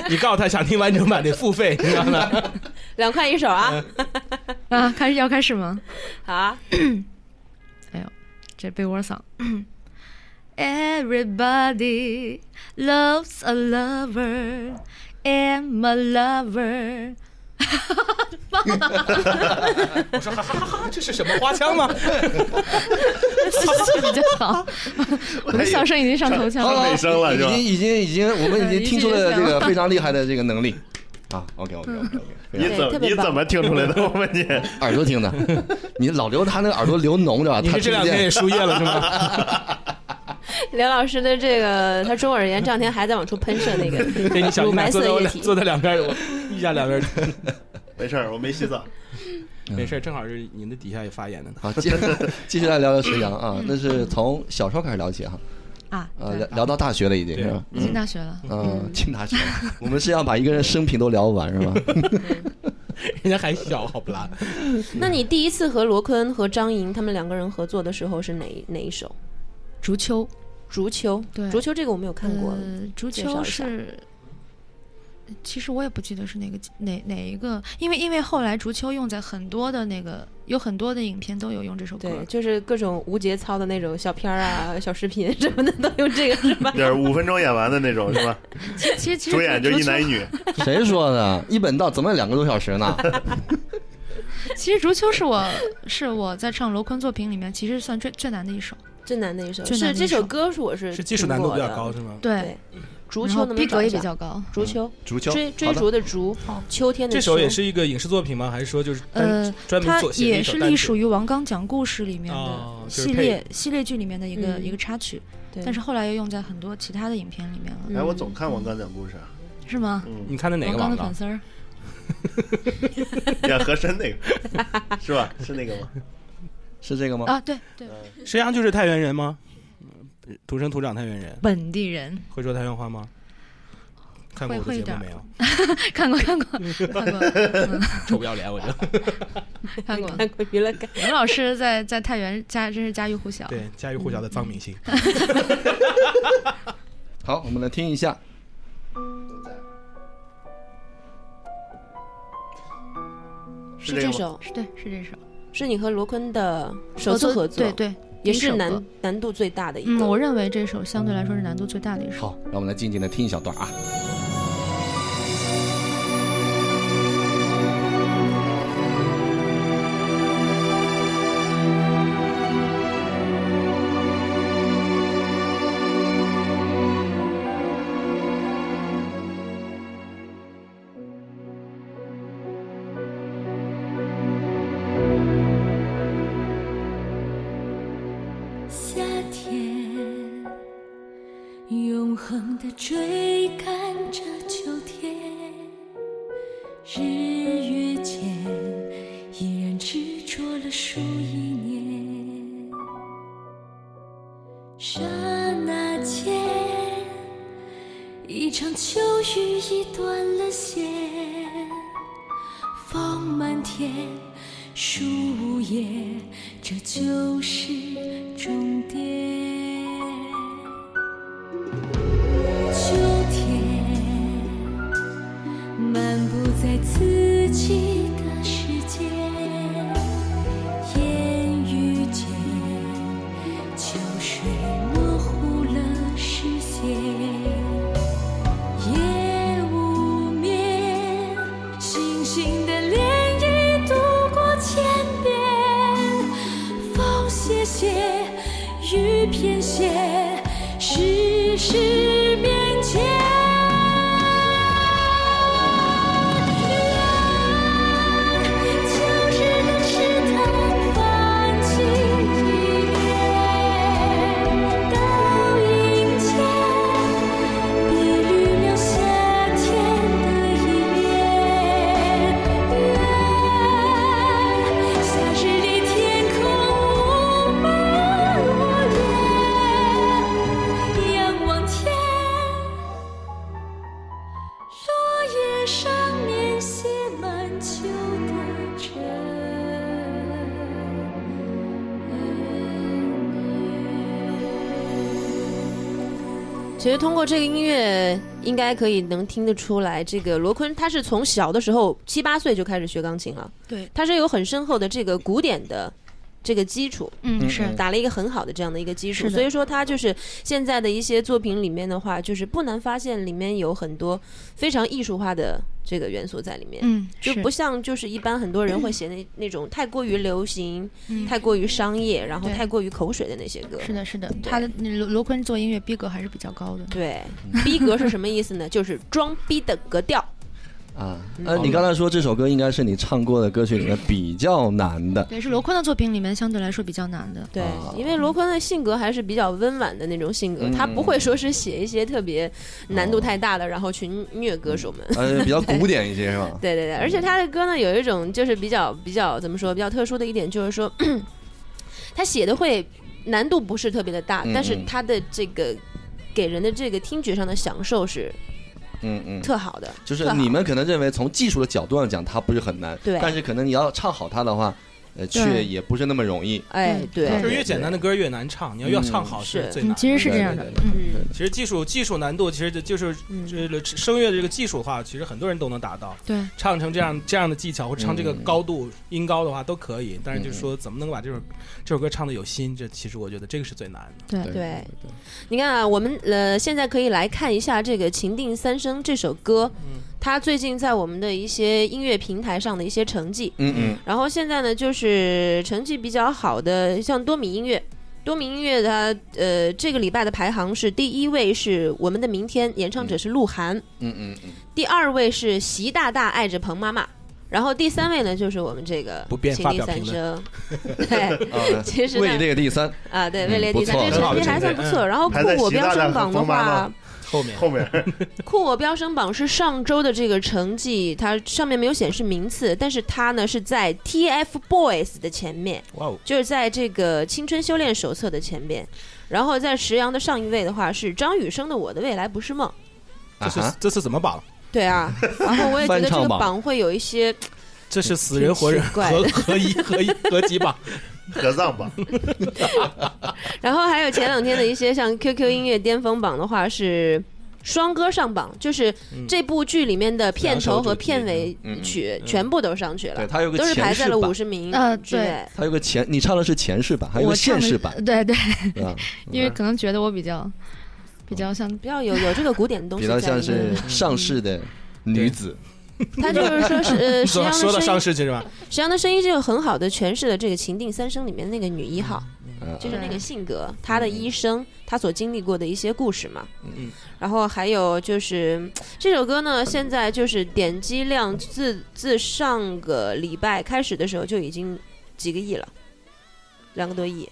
[SPEAKER 4] 你告诉他想听完整版得付费，你知道吗？
[SPEAKER 5] 两块一首
[SPEAKER 7] 嗯
[SPEAKER 5] 啊，
[SPEAKER 7] 啊，开始要开始吗？
[SPEAKER 5] 好啊，
[SPEAKER 7] 这被窝嗓。Everybody loves a lover, I'm a lover。
[SPEAKER 4] 我说哈哈哈哈，这是什么花腔吗？
[SPEAKER 3] 啊
[SPEAKER 7] 比较好，我的笑声已经上头腔
[SPEAKER 6] 好
[SPEAKER 7] 了。
[SPEAKER 6] 美声了
[SPEAKER 3] 已
[SPEAKER 6] 是吧
[SPEAKER 3] 经已经已经，我们已经听出了这
[SPEAKER 7] 已经
[SPEAKER 3] 个非常厉害的这个能力啊。OK OK OK OK，
[SPEAKER 6] 你
[SPEAKER 5] 对特
[SPEAKER 6] 怎
[SPEAKER 5] 别
[SPEAKER 6] 你
[SPEAKER 5] 棒
[SPEAKER 6] 怎么听出来的？我问你，
[SPEAKER 3] 耳朵听的， 你老刘他那个耳朵流脓着吧？
[SPEAKER 4] 你
[SPEAKER 3] 他
[SPEAKER 4] 是
[SPEAKER 3] 听
[SPEAKER 4] 这两
[SPEAKER 3] 不
[SPEAKER 4] 天 也
[SPEAKER 3] 见。
[SPEAKER 4] 输液了是吗？
[SPEAKER 5] 刘老师的这个，他中耳炎这两天还在往出喷射那 个
[SPEAKER 4] 对，你小
[SPEAKER 5] 乳
[SPEAKER 4] 心
[SPEAKER 5] 白
[SPEAKER 4] 点，坐在
[SPEAKER 5] 色
[SPEAKER 4] 我
[SPEAKER 5] 液
[SPEAKER 4] 俩
[SPEAKER 5] 体。
[SPEAKER 4] 坐在两边，我腋下两边，
[SPEAKER 6] 没事儿，我没洗澡。
[SPEAKER 3] 嗯
[SPEAKER 4] 没事，正好是您的底下也发炎的呢。
[SPEAKER 3] 好，接 继续来聊聊石阳啊，那是从小时候开始聊起哈，
[SPEAKER 7] 啊，
[SPEAKER 3] 呃，
[SPEAKER 7] 对
[SPEAKER 3] 聊聊到大学了已经
[SPEAKER 4] 对
[SPEAKER 3] 是吧？
[SPEAKER 7] 已经大学了，
[SPEAKER 3] 嗯，进大学，我们是要把一个人生平都聊完是吧？
[SPEAKER 4] 人家还小，好不啦？
[SPEAKER 5] 那你第一次和罗坤和张莹他们两个人合作的时候是哪一哪一首？
[SPEAKER 7] 足球，
[SPEAKER 5] 足球，
[SPEAKER 7] 对
[SPEAKER 5] 足球这个我没有看过。
[SPEAKER 7] 呃，足
[SPEAKER 5] 介
[SPEAKER 7] 球
[SPEAKER 5] 绍一下
[SPEAKER 7] 是，其实我也不记得是哪个哪哪一个，因为因为后来足球用在很多的那个有很多的影片都有用这首歌
[SPEAKER 5] 对，，就是各种无节操的那种小片儿啊、 小视频什么的都用这个是吧？
[SPEAKER 6] 就是五分钟演完的那种，是吧？
[SPEAKER 7] 其实其实
[SPEAKER 6] 主演就
[SPEAKER 7] 足
[SPEAKER 6] 一男一
[SPEAKER 7] 球，
[SPEAKER 6] 女，
[SPEAKER 3] 谁说的？一本道怎么两个多小时呢？
[SPEAKER 7] 其实足球是我是我在唱罗坤作品里面其实算最最难的一首，
[SPEAKER 5] 最难的一首
[SPEAKER 7] 最难
[SPEAKER 5] 是
[SPEAKER 7] 的
[SPEAKER 5] 这
[SPEAKER 7] 一
[SPEAKER 5] 首
[SPEAKER 7] 首
[SPEAKER 5] 歌，是我是
[SPEAKER 4] 是技术
[SPEAKER 5] 听
[SPEAKER 4] 难度
[SPEAKER 5] 过
[SPEAKER 4] 比较
[SPEAKER 5] 的
[SPEAKER 4] 高是吗？
[SPEAKER 7] 对，
[SPEAKER 5] 足
[SPEAKER 7] 然
[SPEAKER 5] 球
[SPEAKER 7] 后
[SPEAKER 5] 能不能
[SPEAKER 7] 逼格也
[SPEAKER 5] 找
[SPEAKER 7] 比
[SPEAKER 5] 一下
[SPEAKER 7] 较高，
[SPEAKER 5] 足球
[SPEAKER 3] 足球
[SPEAKER 5] 追
[SPEAKER 3] 好的
[SPEAKER 5] 追逐的逐，秋天的
[SPEAKER 4] 这首
[SPEAKER 5] 秋
[SPEAKER 4] 也是一个影视作品吗？还是说就是单
[SPEAKER 7] 呃
[SPEAKER 4] 专门
[SPEAKER 7] 它
[SPEAKER 4] 做写的
[SPEAKER 7] 也
[SPEAKER 4] 一首
[SPEAKER 7] 是
[SPEAKER 4] 单
[SPEAKER 7] 隶
[SPEAKER 4] 曲
[SPEAKER 7] 属于王刚讲故事里面
[SPEAKER 4] 哦
[SPEAKER 7] 的
[SPEAKER 4] 就是
[SPEAKER 7] 系
[SPEAKER 4] 配
[SPEAKER 7] 列系列剧里面的一个
[SPEAKER 5] 嗯
[SPEAKER 7] 一个插曲，
[SPEAKER 5] 对
[SPEAKER 7] 但是后来又用在很多其他的影片里面
[SPEAKER 5] 嗯
[SPEAKER 7] 了，
[SPEAKER 6] 哎，我总看王刚讲故事，啊
[SPEAKER 7] 是吗？
[SPEAKER 4] 你看的嗯哪个
[SPEAKER 7] 王
[SPEAKER 4] 网
[SPEAKER 7] 刚的
[SPEAKER 4] 络
[SPEAKER 7] 粉？丝儿。
[SPEAKER 6] 嗯演和珅那个，是吧？是那个吗？
[SPEAKER 3] 是这个吗？
[SPEAKER 7] 啊，对对，
[SPEAKER 4] 石阳就是太原人吗？嗯土生土长太原人，
[SPEAKER 7] 本地人
[SPEAKER 4] 会说太原话吗？看过我的
[SPEAKER 7] 会会一
[SPEAKER 4] 节
[SPEAKER 7] 点
[SPEAKER 4] 目
[SPEAKER 7] 儿
[SPEAKER 4] 没有？
[SPEAKER 7] 看过看过 看过，嗯，
[SPEAKER 4] 臭不要脸，我就
[SPEAKER 7] 看过。
[SPEAKER 5] 看过娱乐感。
[SPEAKER 7] 刘老师在在太原家真是家喻户晓。
[SPEAKER 4] 对家喻户晓的脏明星。
[SPEAKER 3] 好，我们来听一下。
[SPEAKER 5] 是这
[SPEAKER 6] 这个吗
[SPEAKER 5] 首，
[SPEAKER 7] 是，对，是这首
[SPEAKER 5] 是你和罗坤的首次合作，
[SPEAKER 7] 对，对，
[SPEAKER 5] 也
[SPEAKER 7] 第一
[SPEAKER 5] 是
[SPEAKER 7] 首
[SPEAKER 5] 难
[SPEAKER 7] 歌
[SPEAKER 5] 难度最大的一
[SPEAKER 7] 嗯，
[SPEAKER 5] 个。
[SPEAKER 7] 我认为这首相对来说是难度最大的一首。
[SPEAKER 3] 好，让我们来静静的听一小段啊。
[SPEAKER 2] 夏天，永恒的追赶着秋天，日月间依然执着了数一年，刹那间，一场秋雨已断了线，风满天，树无言，这就是终点。秋天，漫步在自己的世界，言语间，秋水模糊了视线。夜无眠，星星的涟漪渡过千遍，风斜斜，雨偏斜，世事变迁。秋日的池塘泛起一片，倒映前碧绿了夏天的一面。愿夏日的天空无满我眼，仰望天。落叶上面写满秋的真
[SPEAKER 5] 其实通过这个音乐，应该可以能听得出来，这个罗坤他是从小的时候七八岁就开始学钢琴了，
[SPEAKER 7] 对，
[SPEAKER 5] 他是有很深厚的这个古典的这个基础，
[SPEAKER 7] 嗯，是
[SPEAKER 5] 打了一个很好的这样的一个基础，
[SPEAKER 7] 是的
[SPEAKER 5] 所以说他就是现在的一些作品里面的话，就是不难发现里面有很多非常艺术化的这个元素在里面。
[SPEAKER 7] 嗯，
[SPEAKER 5] 就是不像就是一般很多人会写那那种太过于流行、
[SPEAKER 7] 嗯
[SPEAKER 5] 太过于商业，然后
[SPEAKER 7] 对
[SPEAKER 5] 太过于口水的那些歌。
[SPEAKER 7] 是的，是的，他的罗罗坤做音乐逼格还是比较高的。
[SPEAKER 5] 对，逼格是什么意思呢？就是装逼的格调。
[SPEAKER 3] 啊，呃，你刚才说这首歌应该是你唱过的歌曲里面比较难的，
[SPEAKER 7] 对，是罗坤的作品里面相对来说比较难的。
[SPEAKER 5] 对
[SPEAKER 3] 啊，
[SPEAKER 5] 因为罗坤的性格还是比较温婉的那种性格，
[SPEAKER 3] 嗯
[SPEAKER 5] 他不会说是写一些特别难度太大的，然后去虐歌手们。
[SPEAKER 3] 呃，比较古典一些是吧？
[SPEAKER 5] 对对对，而且他的歌呢，有一种就是比较比较怎么说，比较特殊的一点，就是说 他写的会难度不是特别的大，
[SPEAKER 3] 嗯
[SPEAKER 5] 但是
[SPEAKER 3] 嗯
[SPEAKER 5] 他的这个给人的这个听觉上的享受是
[SPEAKER 3] 嗯嗯，
[SPEAKER 5] 特好的，
[SPEAKER 3] 就是
[SPEAKER 5] 特好
[SPEAKER 3] 你们可能认为从技术的角度上讲它不是很难，
[SPEAKER 5] 对
[SPEAKER 3] 但是可能你要唱好它的话，呃，却
[SPEAKER 7] 对
[SPEAKER 3] 也不是那么容易。
[SPEAKER 5] 哎对
[SPEAKER 7] 对
[SPEAKER 4] 就是越简单的歌越难唱，你要要唱好是
[SPEAKER 5] 是
[SPEAKER 4] 最难
[SPEAKER 7] 嗯，
[SPEAKER 4] 的。
[SPEAKER 7] 其实是
[SPEAKER 3] 对
[SPEAKER 7] 这样的
[SPEAKER 4] 对，
[SPEAKER 7] 嗯。
[SPEAKER 5] 嗯
[SPEAKER 4] 其实技术技术难度其实就就是
[SPEAKER 5] 嗯
[SPEAKER 4] 这个声乐这个技术的话，其实很多人都能达到，
[SPEAKER 7] 对，
[SPEAKER 4] 唱成这样这样的技巧或者唱这个
[SPEAKER 3] 嗯
[SPEAKER 4] 高度、音高的话都可以。但是就是说怎么能把这首这首歌唱的有心，这其实我觉得这个是最难的。
[SPEAKER 7] 对
[SPEAKER 5] 嗯对，你看啊，我们呃现在可以来看一下这个《情定三生》这首歌，它最近在我们的一些音乐平台上的一些成绩。
[SPEAKER 3] 嗯嗯
[SPEAKER 5] 然后现在呢，就是成绩比较好的，像多米音乐。多米音乐它呃这个礼拜的排行是第一位是我们的明天，演唱者是鹿晗，
[SPEAKER 3] 嗯嗯嗯，
[SPEAKER 5] 第二位是习大大爱着彭妈妈，然后第三位呢就是我们这个
[SPEAKER 4] 不便
[SPEAKER 5] 情
[SPEAKER 4] 发
[SPEAKER 5] 定
[SPEAKER 4] 表
[SPEAKER 5] 三
[SPEAKER 4] 评
[SPEAKER 5] 生， 对
[SPEAKER 3] 啊，
[SPEAKER 5] 其实呢
[SPEAKER 3] 位列这个第三，
[SPEAKER 5] 啊对
[SPEAKER 3] 嗯
[SPEAKER 5] 位列第三，
[SPEAKER 3] 不错
[SPEAKER 5] 这个成绩还
[SPEAKER 4] 很好的
[SPEAKER 5] 算
[SPEAKER 4] 成绩
[SPEAKER 5] 不错。然后酷
[SPEAKER 6] 排嗯在
[SPEAKER 5] 我
[SPEAKER 6] 习大
[SPEAKER 5] 飙
[SPEAKER 6] 大
[SPEAKER 5] 升
[SPEAKER 6] 和
[SPEAKER 5] 榜的
[SPEAKER 6] 彭妈
[SPEAKER 5] 话
[SPEAKER 6] 妈，
[SPEAKER 4] 后面
[SPEAKER 6] 后面
[SPEAKER 5] 酷我飙升榜是上周的这个成绩，它上面没有显示名次，但是它呢是在 TFBOYS 的前面，
[SPEAKER 4] 哇哦，
[SPEAKER 5] 就是在这个《青春修炼手册》的前边。然后在石阳的上一位的话是张雨生的《我的未来不是梦》。
[SPEAKER 4] 这
[SPEAKER 3] 啊
[SPEAKER 4] 是、
[SPEAKER 3] 哈，
[SPEAKER 4] 这是怎么榜？
[SPEAKER 5] 对啊，然后我也觉得这
[SPEAKER 3] 翻唱
[SPEAKER 5] 个
[SPEAKER 3] 榜
[SPEAKER 5] 榜会有一些，
[SPEAKER 4] 这是死人活人
[SPEAKER 5] 挺奇怪
[SPEAKER 4] 合
[SPEAKER 5] 的
[SPEAKER 4] 合一合一合集榜。
[SPEAKER 6] 合葬吧，
[SPEAKER 5] 然后还有前两天的一些像 QQ 音乐巅峰榜的话是。双歌上榜，就是这部剧里面的片头和片尾曲
[SPEAKER 4] 嗯
[SPEAKER 5] 全部都上去
[SPEAKER 3] 对，
[SPEAKER 5] 了，
[SPEAKER 3] 它有个
[SPEAKER 5] 都是排
[SPEAKER 3] 前
[SPEAKER 5] 在
[SPEAKER 3] 世
[SPEAKER 5] 了
[SPEAKER 3] 版
[SPEAKER 5] 五，十名
[SPEAKER 7] 呃
[SPEAKER 5] 之内。
[SPEAKER 3] 它有个前，你唱的是前世版，还有
[SPEAKER 7] 我
[SPEAKER 3] 个现
[SPEAKER 7] 唱的
[SPEAKER 3] 世版，
[SPEAKER 7] 对对，
[SPEAKER 3] 对吧？
[SPEAKER 7] 因为
[SPEAKER 4] 嗯
[SPEAKER 7] 可能觉得我比较比较像
[SPEAKER 5] 比较有有这个古典的东西
[SPEAKER 3] 比
[SPEAKER 5] 在嗯
[SPEAKER 3] 较
[SPEAKER 5] 里面，
[SPEAKER 3] 像是上世的女子，
[SPEAKER 5] 他就是说是 呃，石
[SPEAKER 4] 说
[SPEAKER 5] 阳
[SPEAKER 4] 说到
[SPEAKER 5] 的声
[SPEAKER 4] 上
[SPEAKER 5] 音，
[SPEAKER 4] 世去是吧？
[SPEAKER 5] 石阳的声音就很好的诠释了这个《情定三生》里面那个女一号，
[SPEAKER 3] 嗯
[SPEAKER 5] 就是那个
[SPEAKER 7] 对
[SPEAKER 5] 性格，她的一生，她所经历过的一些故事嘛。
[SPEAKER 4] 嗯，
[SPEAKER 5] 然后还有就是这首歌呢，现在就是点击量自自上个礼拜开始的时候就已经几个亿了，两个多亿。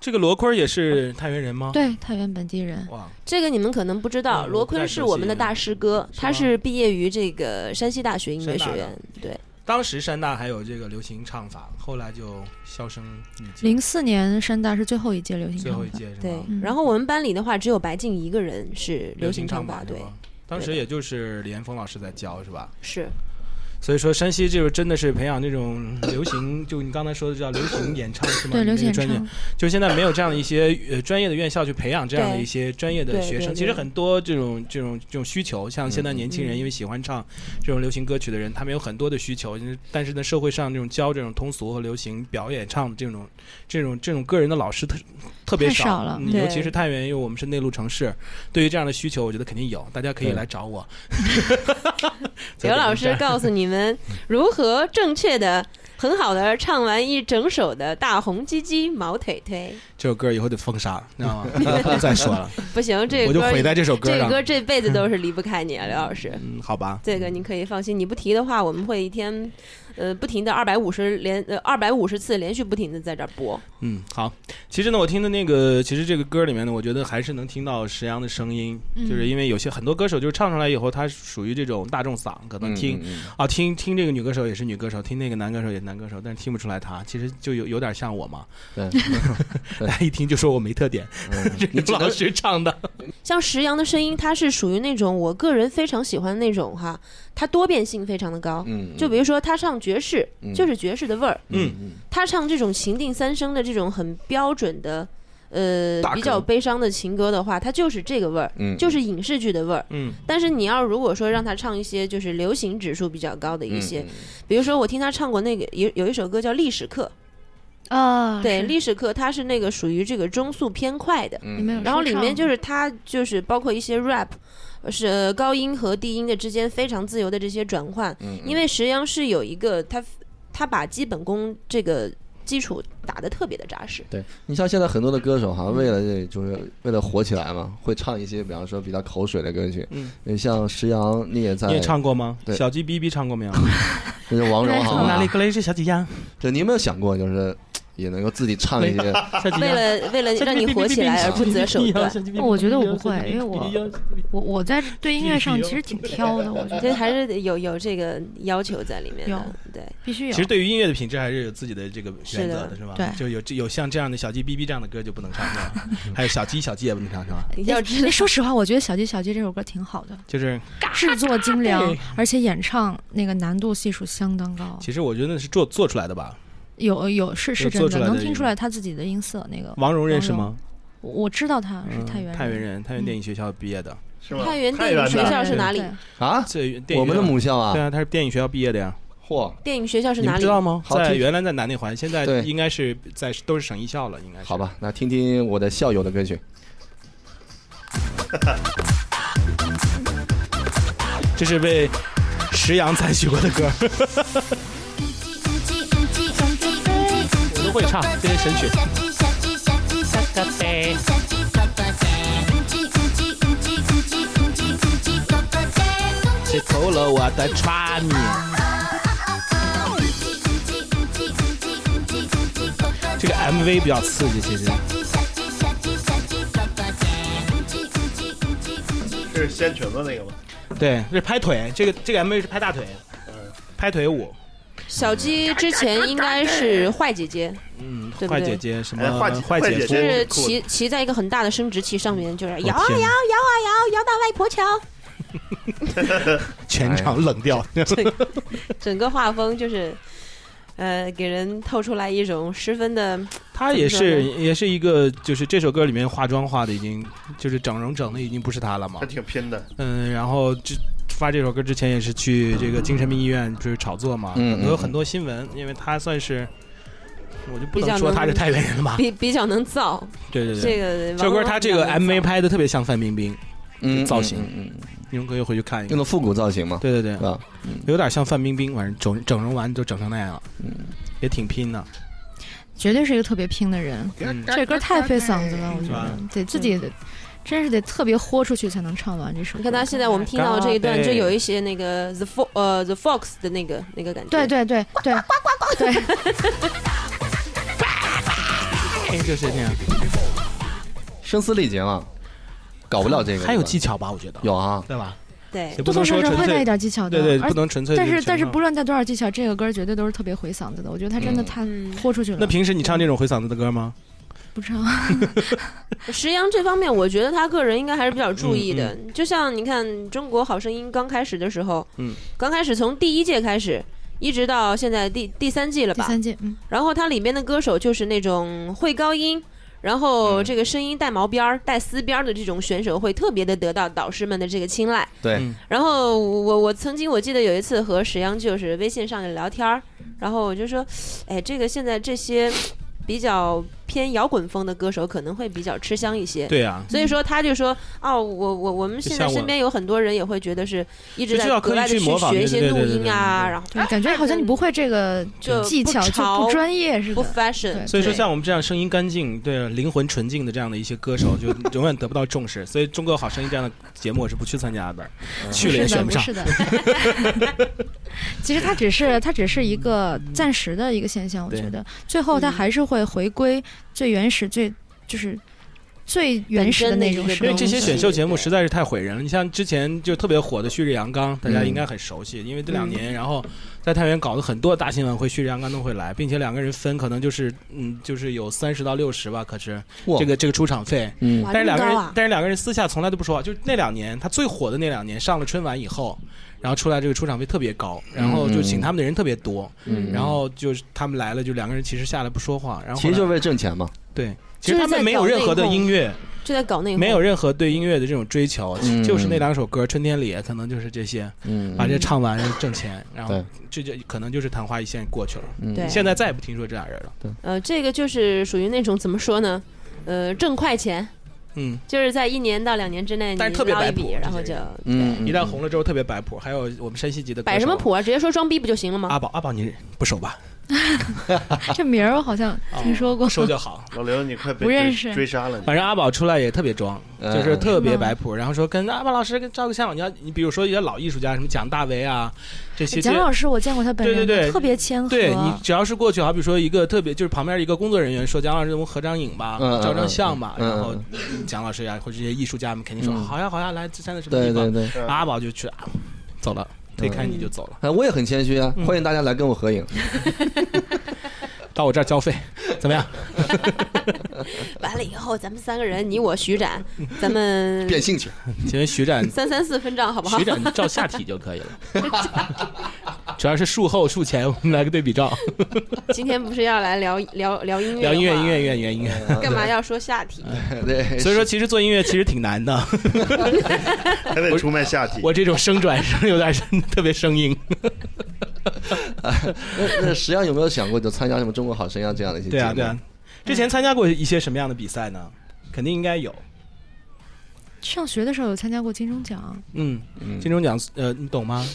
[SPEAKER 4] 这个罗坤也是太原人吗？
[SPEAKER 7] 对太原本地人，
[SPEAKER 4] 哇，
[SPEAKER 5] 这个你们可能不知道，
[SPEAKER 4] 嗯
[SPEAKER 5] 罗
[SPEAKER 4] 我不太
[SPEAKER 5] 坤是我们的大师哥，
[SPEAKER 4] 熟悉
[SPEAKER 5] 他是毕业于这个山西大学音乐学
[SPEAKER 4] 山大
[SPEAKER 5] 院，对，
[SPEAKER 4] 当时山大还有这个流行唱法，后来就销声匿迹，
[SPEAKER 7] 零四年山大是最后一届流行
[SPEAKER 4] 最
[SPEAKER 7] 唱
[SPEAKER 4] 后一
[SPEAKER 7] 法，
[SPEAKER 4] 届是
[SPEAKER 5] 对
[SPEAKER 4] 吗？，
[SPEAKER 7] 嗯
[SPEAKER 5] 然后我们班里的话，只有白静一个人是流行
[SPEAKER 4] 行
[SPEAKER 5] 唱
[SPEAKER 4] 法
[SPEAKER 5] 法，
[SPEAKER 4] 是
[SPEAKER 5] 对，
[SPEAKER 4] 吗当时也就是李岩峰老师在教是吧？
[SPEAKER 5] 是
[SPEAKER 4] 所以说山西就是真的是培养这种流行，就你刚才说的叫流行演唱是吗？
[SPEAKER 7] 对流行
[SPEAKER 4] 那个
[SPEAKER 7] 演
[SPEAKER 4] 专业
[SPEAKER 7] 唱，
[SPEAKER 4] 就现在没有这样的一些呃专业的院校去培养这样的
[SPEAKER 5] 对
[SPEAKER 4] 一些专业的
[SPEAKER 5] 对
[SPEAKER 4] 学
[SPEAKER 5] 对
[SPEAKER 4] 生。
[SPEAKER 5] 对
[SPEAKER 4] 其实很多这种这种这种需求，像现在年轻人
[SPEAKER 5] 嗯
[SPEAKER 4] 因为喜欢唱这种流行歌曲的人，他们有很多的需求。因为但是呢，社会上这种教这种通俗和流行表演唱这种这种这种个人的老师特特别
[SPEAKER 7] 太少了
[SPEAKER 4] 嗯
[SPEAKER 5] 对
[SPEAKER 4] 尤其是太原，因为我们是内陆城市，对于这样的需求，我觉得肯定有，大家可以
[SPEAKER 3] 对
[SPEAKER 4] 来找我。
[SPEAKER 5] 刘老师告诉你们如何正确的、很好的唱完一整首的《大红鸡鸡毛腿腿
[SPEAKER 4] 这首歌以后得封杀，你知道吗？ 不再说了，》。
[SPEAKER 5] 不行，这
[SPEAKER 4] 我
[SPEAKER 5] 个
[SPEAKER 4] 就
[SPEAKER 5] 歌
[SPEAKER 4] 毁在这首
[SPEAKER 5] 这
[SPEAKER 4] 上。
[SPEAKER 5] 个歌这辈子都是离不开 你啊，刘老师。
[SPEAKER 4] 嗯，好吧，
[SPEAKER 5] 这个你可以放心，你不提的话，我们会一天，呃，不停的二百五十连呃二百五十次连续不停的在这儿播。
[SPEAKER 4] 嗯，好。其实呢，我听的那个，其实这个歌里面呢，我觉得还是能听到石阳的声音，就是因为有些很多歌手就是唱出来以后，他属于这种大众嗓，可能听、
[SPEAKER 3] 嗯嗯
[SPEAKER 4] 啊听听这个女歌手也是女歌手，听那个男歌手也是男歌手，但是听不出来他，其实就有有点像我嘛，
[SPEAKER 3] 对，
[SPEAKER 4] 大家一听就说我没特点，
[SPEAKER 3] 嗯
[SPEAKER 4] 这
[SPEAKER 3] 你
[SPEAKER 4] 是
[SPEAKER 3] 只
[SPEAKER 4] 老
[SPEAKER 3] 能
[SPEAKER 4] 师唱的，
[SPEAKER 5] 像石阳的声音，它是属于那种我个人非常喜欢的那种哈，它多变性非常的高。
[SPEAKER 3] 嗯，
[SPEAKER 5] 就比如说他唱爵士，
[SPEAKER 3] 嗯
[SPEAKER 5] 就是爵士的味儿。
[SPEAKER 4] 嗯
[SPEAKER 3] 嗯
[SPEAKER 5] 他唱这种情定三生的这种很标准的，呃
[SPEAKER 4] 大，歌
[SPEAKER 5] 比较悲伤的情歌的话，他就是这个味儿，
[SPEAKER 3] 嗯，
[SPEAKER 5] 就是影视剧的味儿。
[SPEAKER 4] 嗯
[SPEAKER 5] 但是你要如果说让他唱一些就是流行指数比较高的一些，
[SPEAKER 3] 嗯嗯
[SPEAKER 5] 比如说我听他唱过那个有有一首歌叫《历史课》，
[SPEAKER 7] 啊，
[SPEAKER 5] 对，
[SPEAKER 7] 是
[SPEAKER 5] 历史课它是那个属于这个中速偏快的，
[SPEAKER 3] 嗯
[SPEAKER 7] 里面有
[SPEAKER 5] 然后
[SPEAKER 7] 说
[SPEAKER 5] 里
[SPEAKER 7] 唱
[SPEAKER 5] 面就是它就是包括一些 rap，是呃高音和低音的之间非常自由的这些转换，
[SPEAKER 3] 嗯嗯
[SPEAKER 5] 因为石央是有一个他他把基本功这个。基础打得特别的扎实。
[SPEAKER 3] 对你像现在很多的歌手哈，为了这就是为了火起来嘛，会唱一些比方说比较口水的歌曲，嗯，像石阳你也在，
[SPEAKER 4] 你也唱过吗？
[SPEAKER 3] 对
[SPEAKER 4] 小鸡哔哔唱过没有？
[SPEAKER 3] 这是王蓉 好啊
[SPEAKER 4] 哪
[SPEAKER 3] 吗
[SPEAKER 4] 里？过来一只小鸡呀？
[SPEAKER 3] 对，你有没有想过就是也能够自己唱一些？
[SPEAKER 4] 小鸡
[SPEAKER 5] 为
[SPEAKER 4] 呀。
[SPEAKER 5] 了为 了让你火起来而不择手段，
[SPEAKER 7] 我觉得我不会因为我我我在对音乐上其实挺挑的，我觉
[SPEAKER 5] 这
[SPEAKER 7] 得
[SPEAKER 5] 还是得有有这个要求在里面
[SPEAKER 7] 有
[SPEAKER 5] 的。对，
[SPEAKER 7] 必须有
[SPEAKER 4] 其实。对于音乐的品质还是有自己的这个原则
[SPEAKER 5] 是的
[SPEAKER 4] 的，是吧？
[SPEAKER 7] 对
[SPEAKER 4] 就有这有像这样的小鸡哔哔这样的歌就不能唱，是吧？还有小鸡小鸡也不能唱，是吧？
[SPEAKER 5] 要知
[SPEAKER 7] 哎，
[SPEAKER 5] 道
[SPEAKER 7] 说实话，我觉得《小鸡小鸡》这首歌挺好的，
[SPEAKER 4] 就是
[SPEAKER 7] 制作精良，而且演唱那个难度系数相当高。
[SPEAKER 4] 其实我觉得是做做出来的吧。
[SPEAKER 7] 有有是是
[SPEAKER 4] 有
[SPEAKER 7] 真
[SPEAKER 4] 做出
[SPEAKER 7] 的，
[SPEAKER 4] 来的
[SPEAKER 7] 能听出
[SPEAKER 4] 音乐
[SPEAKER 7] 来他自己的音色。那个
[SPEAKER 4] 王蓉认识吗？
[SPEAKER 7] 我我知道他哦是
[SPEAKER 4] 嗯
[SPEAKER 7] 太原
[SPEAKER 4] 太原
[SPEAKER 7] 人，嗯
[SPEAKER 4] 人，太原电影学校毕业的。
[SPEAKER 6] 是吗？
[SPEAKER 5] 太原电
[SPEAKER 6] 太
[SPEAKER 5] 影
[SPEAKER 6] 原
[SPEAKER 5] 学
[SPEAKER 6] 的
[SPEAKER 5] 校是哪里
[SPEAKER 7] 对？
[SPEAKER 3] 啊，
[SPEAKER 4] 这电影
[SPEAKER 3] 我们的母校
[SPEAKER 4] 对
[SPEAKER 3] 啊，
[SPEAKER 4] 啊，他是电影学校毕业的呀。
[SPEAKER 3] 嚯，
[SPEAKER 5] 电影学校是
[SPEAKER 4] 你
[SPEAKER 5] 哪
[SPEAKER 4] 们
[SPEAKER 5] 里
[SPEAKER 4] 知？道吗？
[SPEAKER 3] 好
[SPEAKER 4] 在
[SPEAKER 3] 听
[SPEAKER 4] 原来在南内环，现在
[SPEAKER 3] 对
[SPEAKER 4] 应该是在都是省艺校了，应该是。
[SPEAKER 3] 好，吧，那听听我的校友的歌曲，
[SPEAKER 4] 这是被石阳采取过的 歌，
[SPEAKER 9] 我
[SPEAKER 4] 都会唱这些神曲。吃透了我的穿你。这个 MV 比较刺激，其实
[SPEAKER 6] 是掀裙子那个吗？
[SPEAKER 4] 对，这是拍腿，这个这个 MV 是拍大腿，拍腿舞，
[SPEAKER 5] 小鸡之前应该是坏姐 姐，
[SPEAKER 4] 嗯，
[SPEAKER 5] 对不
[SPEAKER 4] 坏
[SPEAKER 5] 对
[SPEAKER 4] 姐姐什
[SPEAKER 6] 哎
[SPEAKER 4] 么
[SPEAKER 6] 坏姐
[SPEAKER 4] 坏姐
[SPEAKER 6] 坏
[SPEAKER 4] 夫
[SPEAKER 6] 姐
[SPEAKER 5] 就
[SPEAKER 6] 姐，
[SPEAKER 5] 是
[SPEAKER 6] 真酷
[SPEAKER 5] 骑骑在一个很大的生殖器上面，就是摇
[SPEAKER 4] 天
[SPEAKER 5] 啊摇，
[SPEAKER 4] 哪
[SPEAKER 5] 摇啊摇，摇到外婆桥。
[SPEAKER 4] 全场冷掉，
[SPEAKER 5] 整个画风就是，呃，给人透出来一种十分的
[SPEAKER 4] 他也是也是一个，就是这首歌里面化妆化的已经就是整容整的已经不是他了嘛
[SPEAKER 6] 他，挺拼的，
[SPEAKER 4] 嗯，然后这发这首歌之前也是去这个精神病医院就是炒作嘛，
[SPEAKER 3] 嗯
[SPEAKER 4] 有
[SPEAKER 3] 嗯
[SPEAKER 4] 很多新闻，因为他算是，我就不
[SPEAKER 5] 比较
[SPEAKER 4] 能说他
[SPEAKER 5] 能
[SPEAKER 4] 是太原人了吧，
[SPEAKER 5] 比比较能造。
[SPEAKER 4] 对对
[SPEAKER 5] 这
[SPEAKER 4] 对。
[SPEAKER 5] 个
[SPEAKER 4] 这首歌他这个
[SPEAKER 5] 王蓉
[SPEAKER 4] MV 拍的特别像范冰冰，
[SPEAKER 3] 嗯，
[SPEAKER 4] 造型
[SPEAKER 3] 嗯，嗯嗯
[SPEAKER 4] 你们可以回去看一
[SPEAKER 3] 用
[SPEAKER 4] 看。
[SPEAKER 3] 的复古造型嘛，
[SPEAKER 4] 对对对
[SPEAKER 3] 是，吧？
[SPEAKER 4] 有点像范冰冰，反正整整容完就整成那样了，也挺拼的。
[SPEAKER 7] 绝对是一个特别拼的人。
[SPEAKER 4] 嗯
[SPEAKER 7] 这歌太费嗓子了，我觉
[SPEAKER 4] 是吧
[SPEAKER 7] 得得自己得真是得特别豁出去才能唱完这首歌。
[SPEAKER 5] 你看他现在我们听到这一段，
[SPEAKER 4] 哎刚
[SPEAKER 5] 就
[SPEAKER 4] 被
[SPEAKER 5] 有一些那个 the fo 呃 the fox 的那个那个感觉。
[SPEAKER 7] 对对对对对，
[SPEAKER 4] 哎，这是这样，
[SPEAKER 3] 声嘶力竭嘛，搞不了这个。
[SPEAKER 4] 还有
[SPEAKER 3] 对吧
[SPEAKER 4] 技巧吧？我觉得，
[SPEAKER 3] 有啊，
[SPEAKER 4] 对吧？
[SPEAKER 5] 对
[SPEAKER 4] 也，不
[SPEAKER 7] 多多
[SPEAKER 4] 能
[SPEAKER 7] 少
[SPEAKER 4] 说
[SPEAKER 7] 少
[SPEAKER 4] 纯
[SPEAKER 7] 会带一
[SPEAKER 4] 粹，
[SPEAKER 7] 点技巧的，
[SPEAKER 4] 对对，
[SPEAKER 7] 而
[SPEAKER 4] 不能纯粹就
[SPEAKER 7] 但
[SPEAKER 4] 全
[SPEAKER 7] 是
[SPEAKER 4] 唱。
[SPEAKER 7] 但是不论带多少技巧，这个歌绝对都是特别毁嗓子的。我觉得他真的太
[SPEAKER 5] 嗯
[SPEAKER 7] 豁出去了。
[SPEAKER 4] 那平时你唱这种回嗓子的歌吗？
[SPEAKER 7] 不唱，
[SPEAKER 5] 石阳这方面，我觉得他个人应该还是比较注意的。就像你看《中国好声音》刚开始的时候，
[SPEAKER 4] 嗯，
[SPEAKER 5] 刚开始从第一届开始，一直到现在第第三季了
[SPEAKER 7] 第
[SPEAKER 5] 吧？
[SPEAKER 7] 三季嗯，
[SPEAKER 5] 然后它里面的歌手就是那种会高音，然
[SPEAKER 4] 嗯
[SPEAKER 5] 后这个声音带毛边儿、带丝边儿的这种选手，会特别的得到导师们的这个青睐。
[SPEAKER 3] 对
[SPEAKER 4] 嗯，
[SPEAKER 5] 然后我我曾经我记得有一次和石央就是微信上聊天儿，然后我就说，哎，这个现在这些比较偏摇滚风的歌手可能会比较吃香一些。
[SPEAKER 4] 对啊呀，
[SPEAKER 5] 所以说，他就说，哦，我我我们现在
[SPEAKER 4] 像我
[SPEAKER 5] 身边有很多人也会觉得是一直
[SPEAKER 4] 就
[SPEAKER 5] 在
[SPEAKER 4] 知道
[SPEAKER 5] 格
[SPEAKER 4] 刻意
[SPEAKER 5] 外的
[SPEAKER 4] 去模仿
[SPEAKER 5] 学一
[SPEAKER 4] 对
[SPEAKER 5] 些
[SPEAKER 4] 对
[SPEAKER 5] 录
[SPEAKER 4] 对对
[SPEAKER 5] 音
[SPEAKER 4] 对
[SPEAKER 5] 啊，
[SPEAKER 4] 对
[SPEAKER 5] 然后
[SPEAKER 7] 对，感觉好像你不会这个
[SPEAKER 5] 就
[SPEAKER 7] 技
[SPEAKER 5] 不
[SPEAKER 7] 巧，哎就
[SPEAKER 5] 潮
[SPEAKER 7] 不专业似
[SPEAKER 5] 不
[SPEAKER 7] 的。
[SPEAKER 5] fashion，
[SPEAKER 4] 所以说，
[SPEAKER 5] 对
[SPEAKER 4] 像我们这样声音干净、对灵魂纯净的这样的一些歌手，就永远得不到重视。所以，《中国好声音》这样的节目我是不去参加的，去了也选
[SPEAKER 7] 不
[SPEAKER 4] 上。
[SPEAKER 7] 是的，不是的。 其实它只是它只是一个暂时的一个现象，我觉得最后
[SPEAKER 5] 嗯
[SPEAKER 7] 它还是会回归最原始、最就是最原始的那种
[SPEAKER 5] 本真的一个
[SPEAKER 4] 因
[SPEAKER 7] 生活
[SPEAKER 4] 为这些选秀节目
[SPEAKER 5] 对
[SPEAKER 4] 实在是太毁人了。你像之前就特别火的《旭日阳刚》，大家应该很熟悉，因为这两年，然后在太原搞了很多大新闻会，《旭日阳刚》都会来，并且两个人分可能就是嗯，就是有三十到六十吧，可是
[SPEAKER 3] 哇
[SPEAKER 4] 这个这个出场费。
[SPEAKER 3] 嗯
[SPEAKER 5] 哇
[SPEAKER 4] 但是两个人
[SPEAKER 5] 这么高啊，
[SPEAKER 4] 但是两个人私下从来都不说话。就是那两年，他最火的那两年，上了春晚以后，然后出来这个出场费特别高，然后就请他们的人特别多，
[SPEAKER 3] 嗯，
[SPEAKER 4] 然后就是他们来了，就两个人其实下来不说话，然后啊
[SPEAKER 3] 其实就是
[SPEAKER 4] 是
[SPEAKER 3] 为挣钱嘛，
[SPEAKER 4] 对，其实他
[SPEAKER 5] 就是在
[SPEAKER 4] 们没有任何的
[SPEAKER 5] 搞内讧
[SPEAKER 4] 音乐，
[SPEAKER 5] 就在搞那个
[SPEAKER 4] 没有任何对音乐的这种追求，
[SPEAKER 3] 嗯
[SPEAKER 4] 就是那两首歌《春天里》可能就是这些，
[SPEAKER 3] 嗯
[SPEAKER 4] 把这唱完挣钱，然后
[SPEAKER 3] 对
[SPEAKER 4] 这就可能就是昙花一现过去了。
[SPEAKER 5] 对
[SPEAKER 4] 嗯现在再也不听说这俩人了。
[SPEAKER 5] 呃，这个就是属于那种怎么说呢？呃，挣快钱，
[SPEAKER 4] 嗯，
[SPEAKER 5] 就是在一年到两年之内你
[SPEAKER 4] 但是特别
[SPEAKER 5] 捞一
[SPEAKER 4] 摆谱
[SPEAKER 5] 笔，然后就
[SPEAKER 4] 这些人
[SPEAKER 5] 对
[SPEAKER 3] 嗯，
[SPEAKER 4] 一旦红了之后特别摆谱，还有我们山西籍的歌手
[SPEAKER 5] 摆什么谱啊？直接说装逼不就行了吗？
[SPEAKER 4] 阿宝，阿宝你不熟吧？
[SPEAKER 7] 这名儿我好像听
[SPEAKER 3] 哦
[SPEAKER 7] 说过。
[SPEAKER 4] 说就 好。
[SPEAKER 6] 老刘，你快被
[SPEAKER 7] 不认
[SPEAKER 6] 追
[SPEAKER 7] 识
[SPEAKER 6] 追杀了你！
[SPEAKER 4] 反正阿宝出来也特别装，
[SPEAKER 3] 嗯
[SPEAKER 4] 就是特别摆谱，然后说跟阿宝老师跟照个相，你要你比如说一些老艺术家，什么蒋大为啊这些，
[SPEAKER 7] 哎蒋老师，啊我见过他本人，
[SPEAKER 4] 对对对
[SPEAKER 7] 特别谦和。
[SPEAKER 4] 对你只要是过去，好比说一个特别就是旁边一个工作人员说蒋老师，我们合张影吧，
[SPEAKER 3] 嗯嗯
[SPEAKER 4] 照张相吧，
[SPEAKER 3] 嗯嗯
[SPEAKER 4] 然后蒋老师呀、或者这些艺术家们肯定说、
[SPEAKER 3] 嗯
[SPEAKER 4] 好呀好呀，来这站在什么地
[SPEAKER 3] 对
[SPEAKER 4] 方，
[SPEAKER 3] 对对，
[SPEAKER 6] 对
[SPEAKER 4] 阿宝就去啊走了，推开你就走了，
[SPEAKER 3] 哎，我也很谦虚
[SPEAKER 4] 嗯
[SPEAKER 3] 啊，欢迎大家来跟我合影。
[SPEAKER 4] 到我这儿交费，怎么样？
[SPEAKER 5] 完了以后，咱们三个人，你我徐 展，咱们
[SPEAKER 3] 变性去，
[SPEAKER 4] 请问徐展
[SPEAKER 5] 三三四分账好不好
[SPEAKER 4] 徐？展照下体就可以 了，主要是术后术前 我们来个对比照，
[SPEAKER 5] 今天不是要来聊聊聊音乐？
[SPEAKER 4] 聊音乐音乐音乐音乐音乐。
[SPEAKER 5] 干嘛要说下体？
[SPEAKER 3] 对，
[SPEAKER 4] 所以说，其实做音 乐其实挺难的。
[SPEAKER 6] 还得出卖下体。
[SPEAKER 4] 我这种声转声有点声特别生硬。
[SPEAKER 3] 那那实际上有没有想过就参加什么《中国好声音》啊这样的一些
[SPEAKER 4] 对
[SPEAKER 3] 节
[SPEAKER 4] 啊，
[SPEAKER 3] 目
[SPEAKER 4] 对啊。之前参加过一些什么样的比赛呢？肯定应该有。
[SPEAKER 7] 上学的时候有参加过金钟奖，
[SPEAKER 4] 嗯，金钟奖，呃，你懂吗？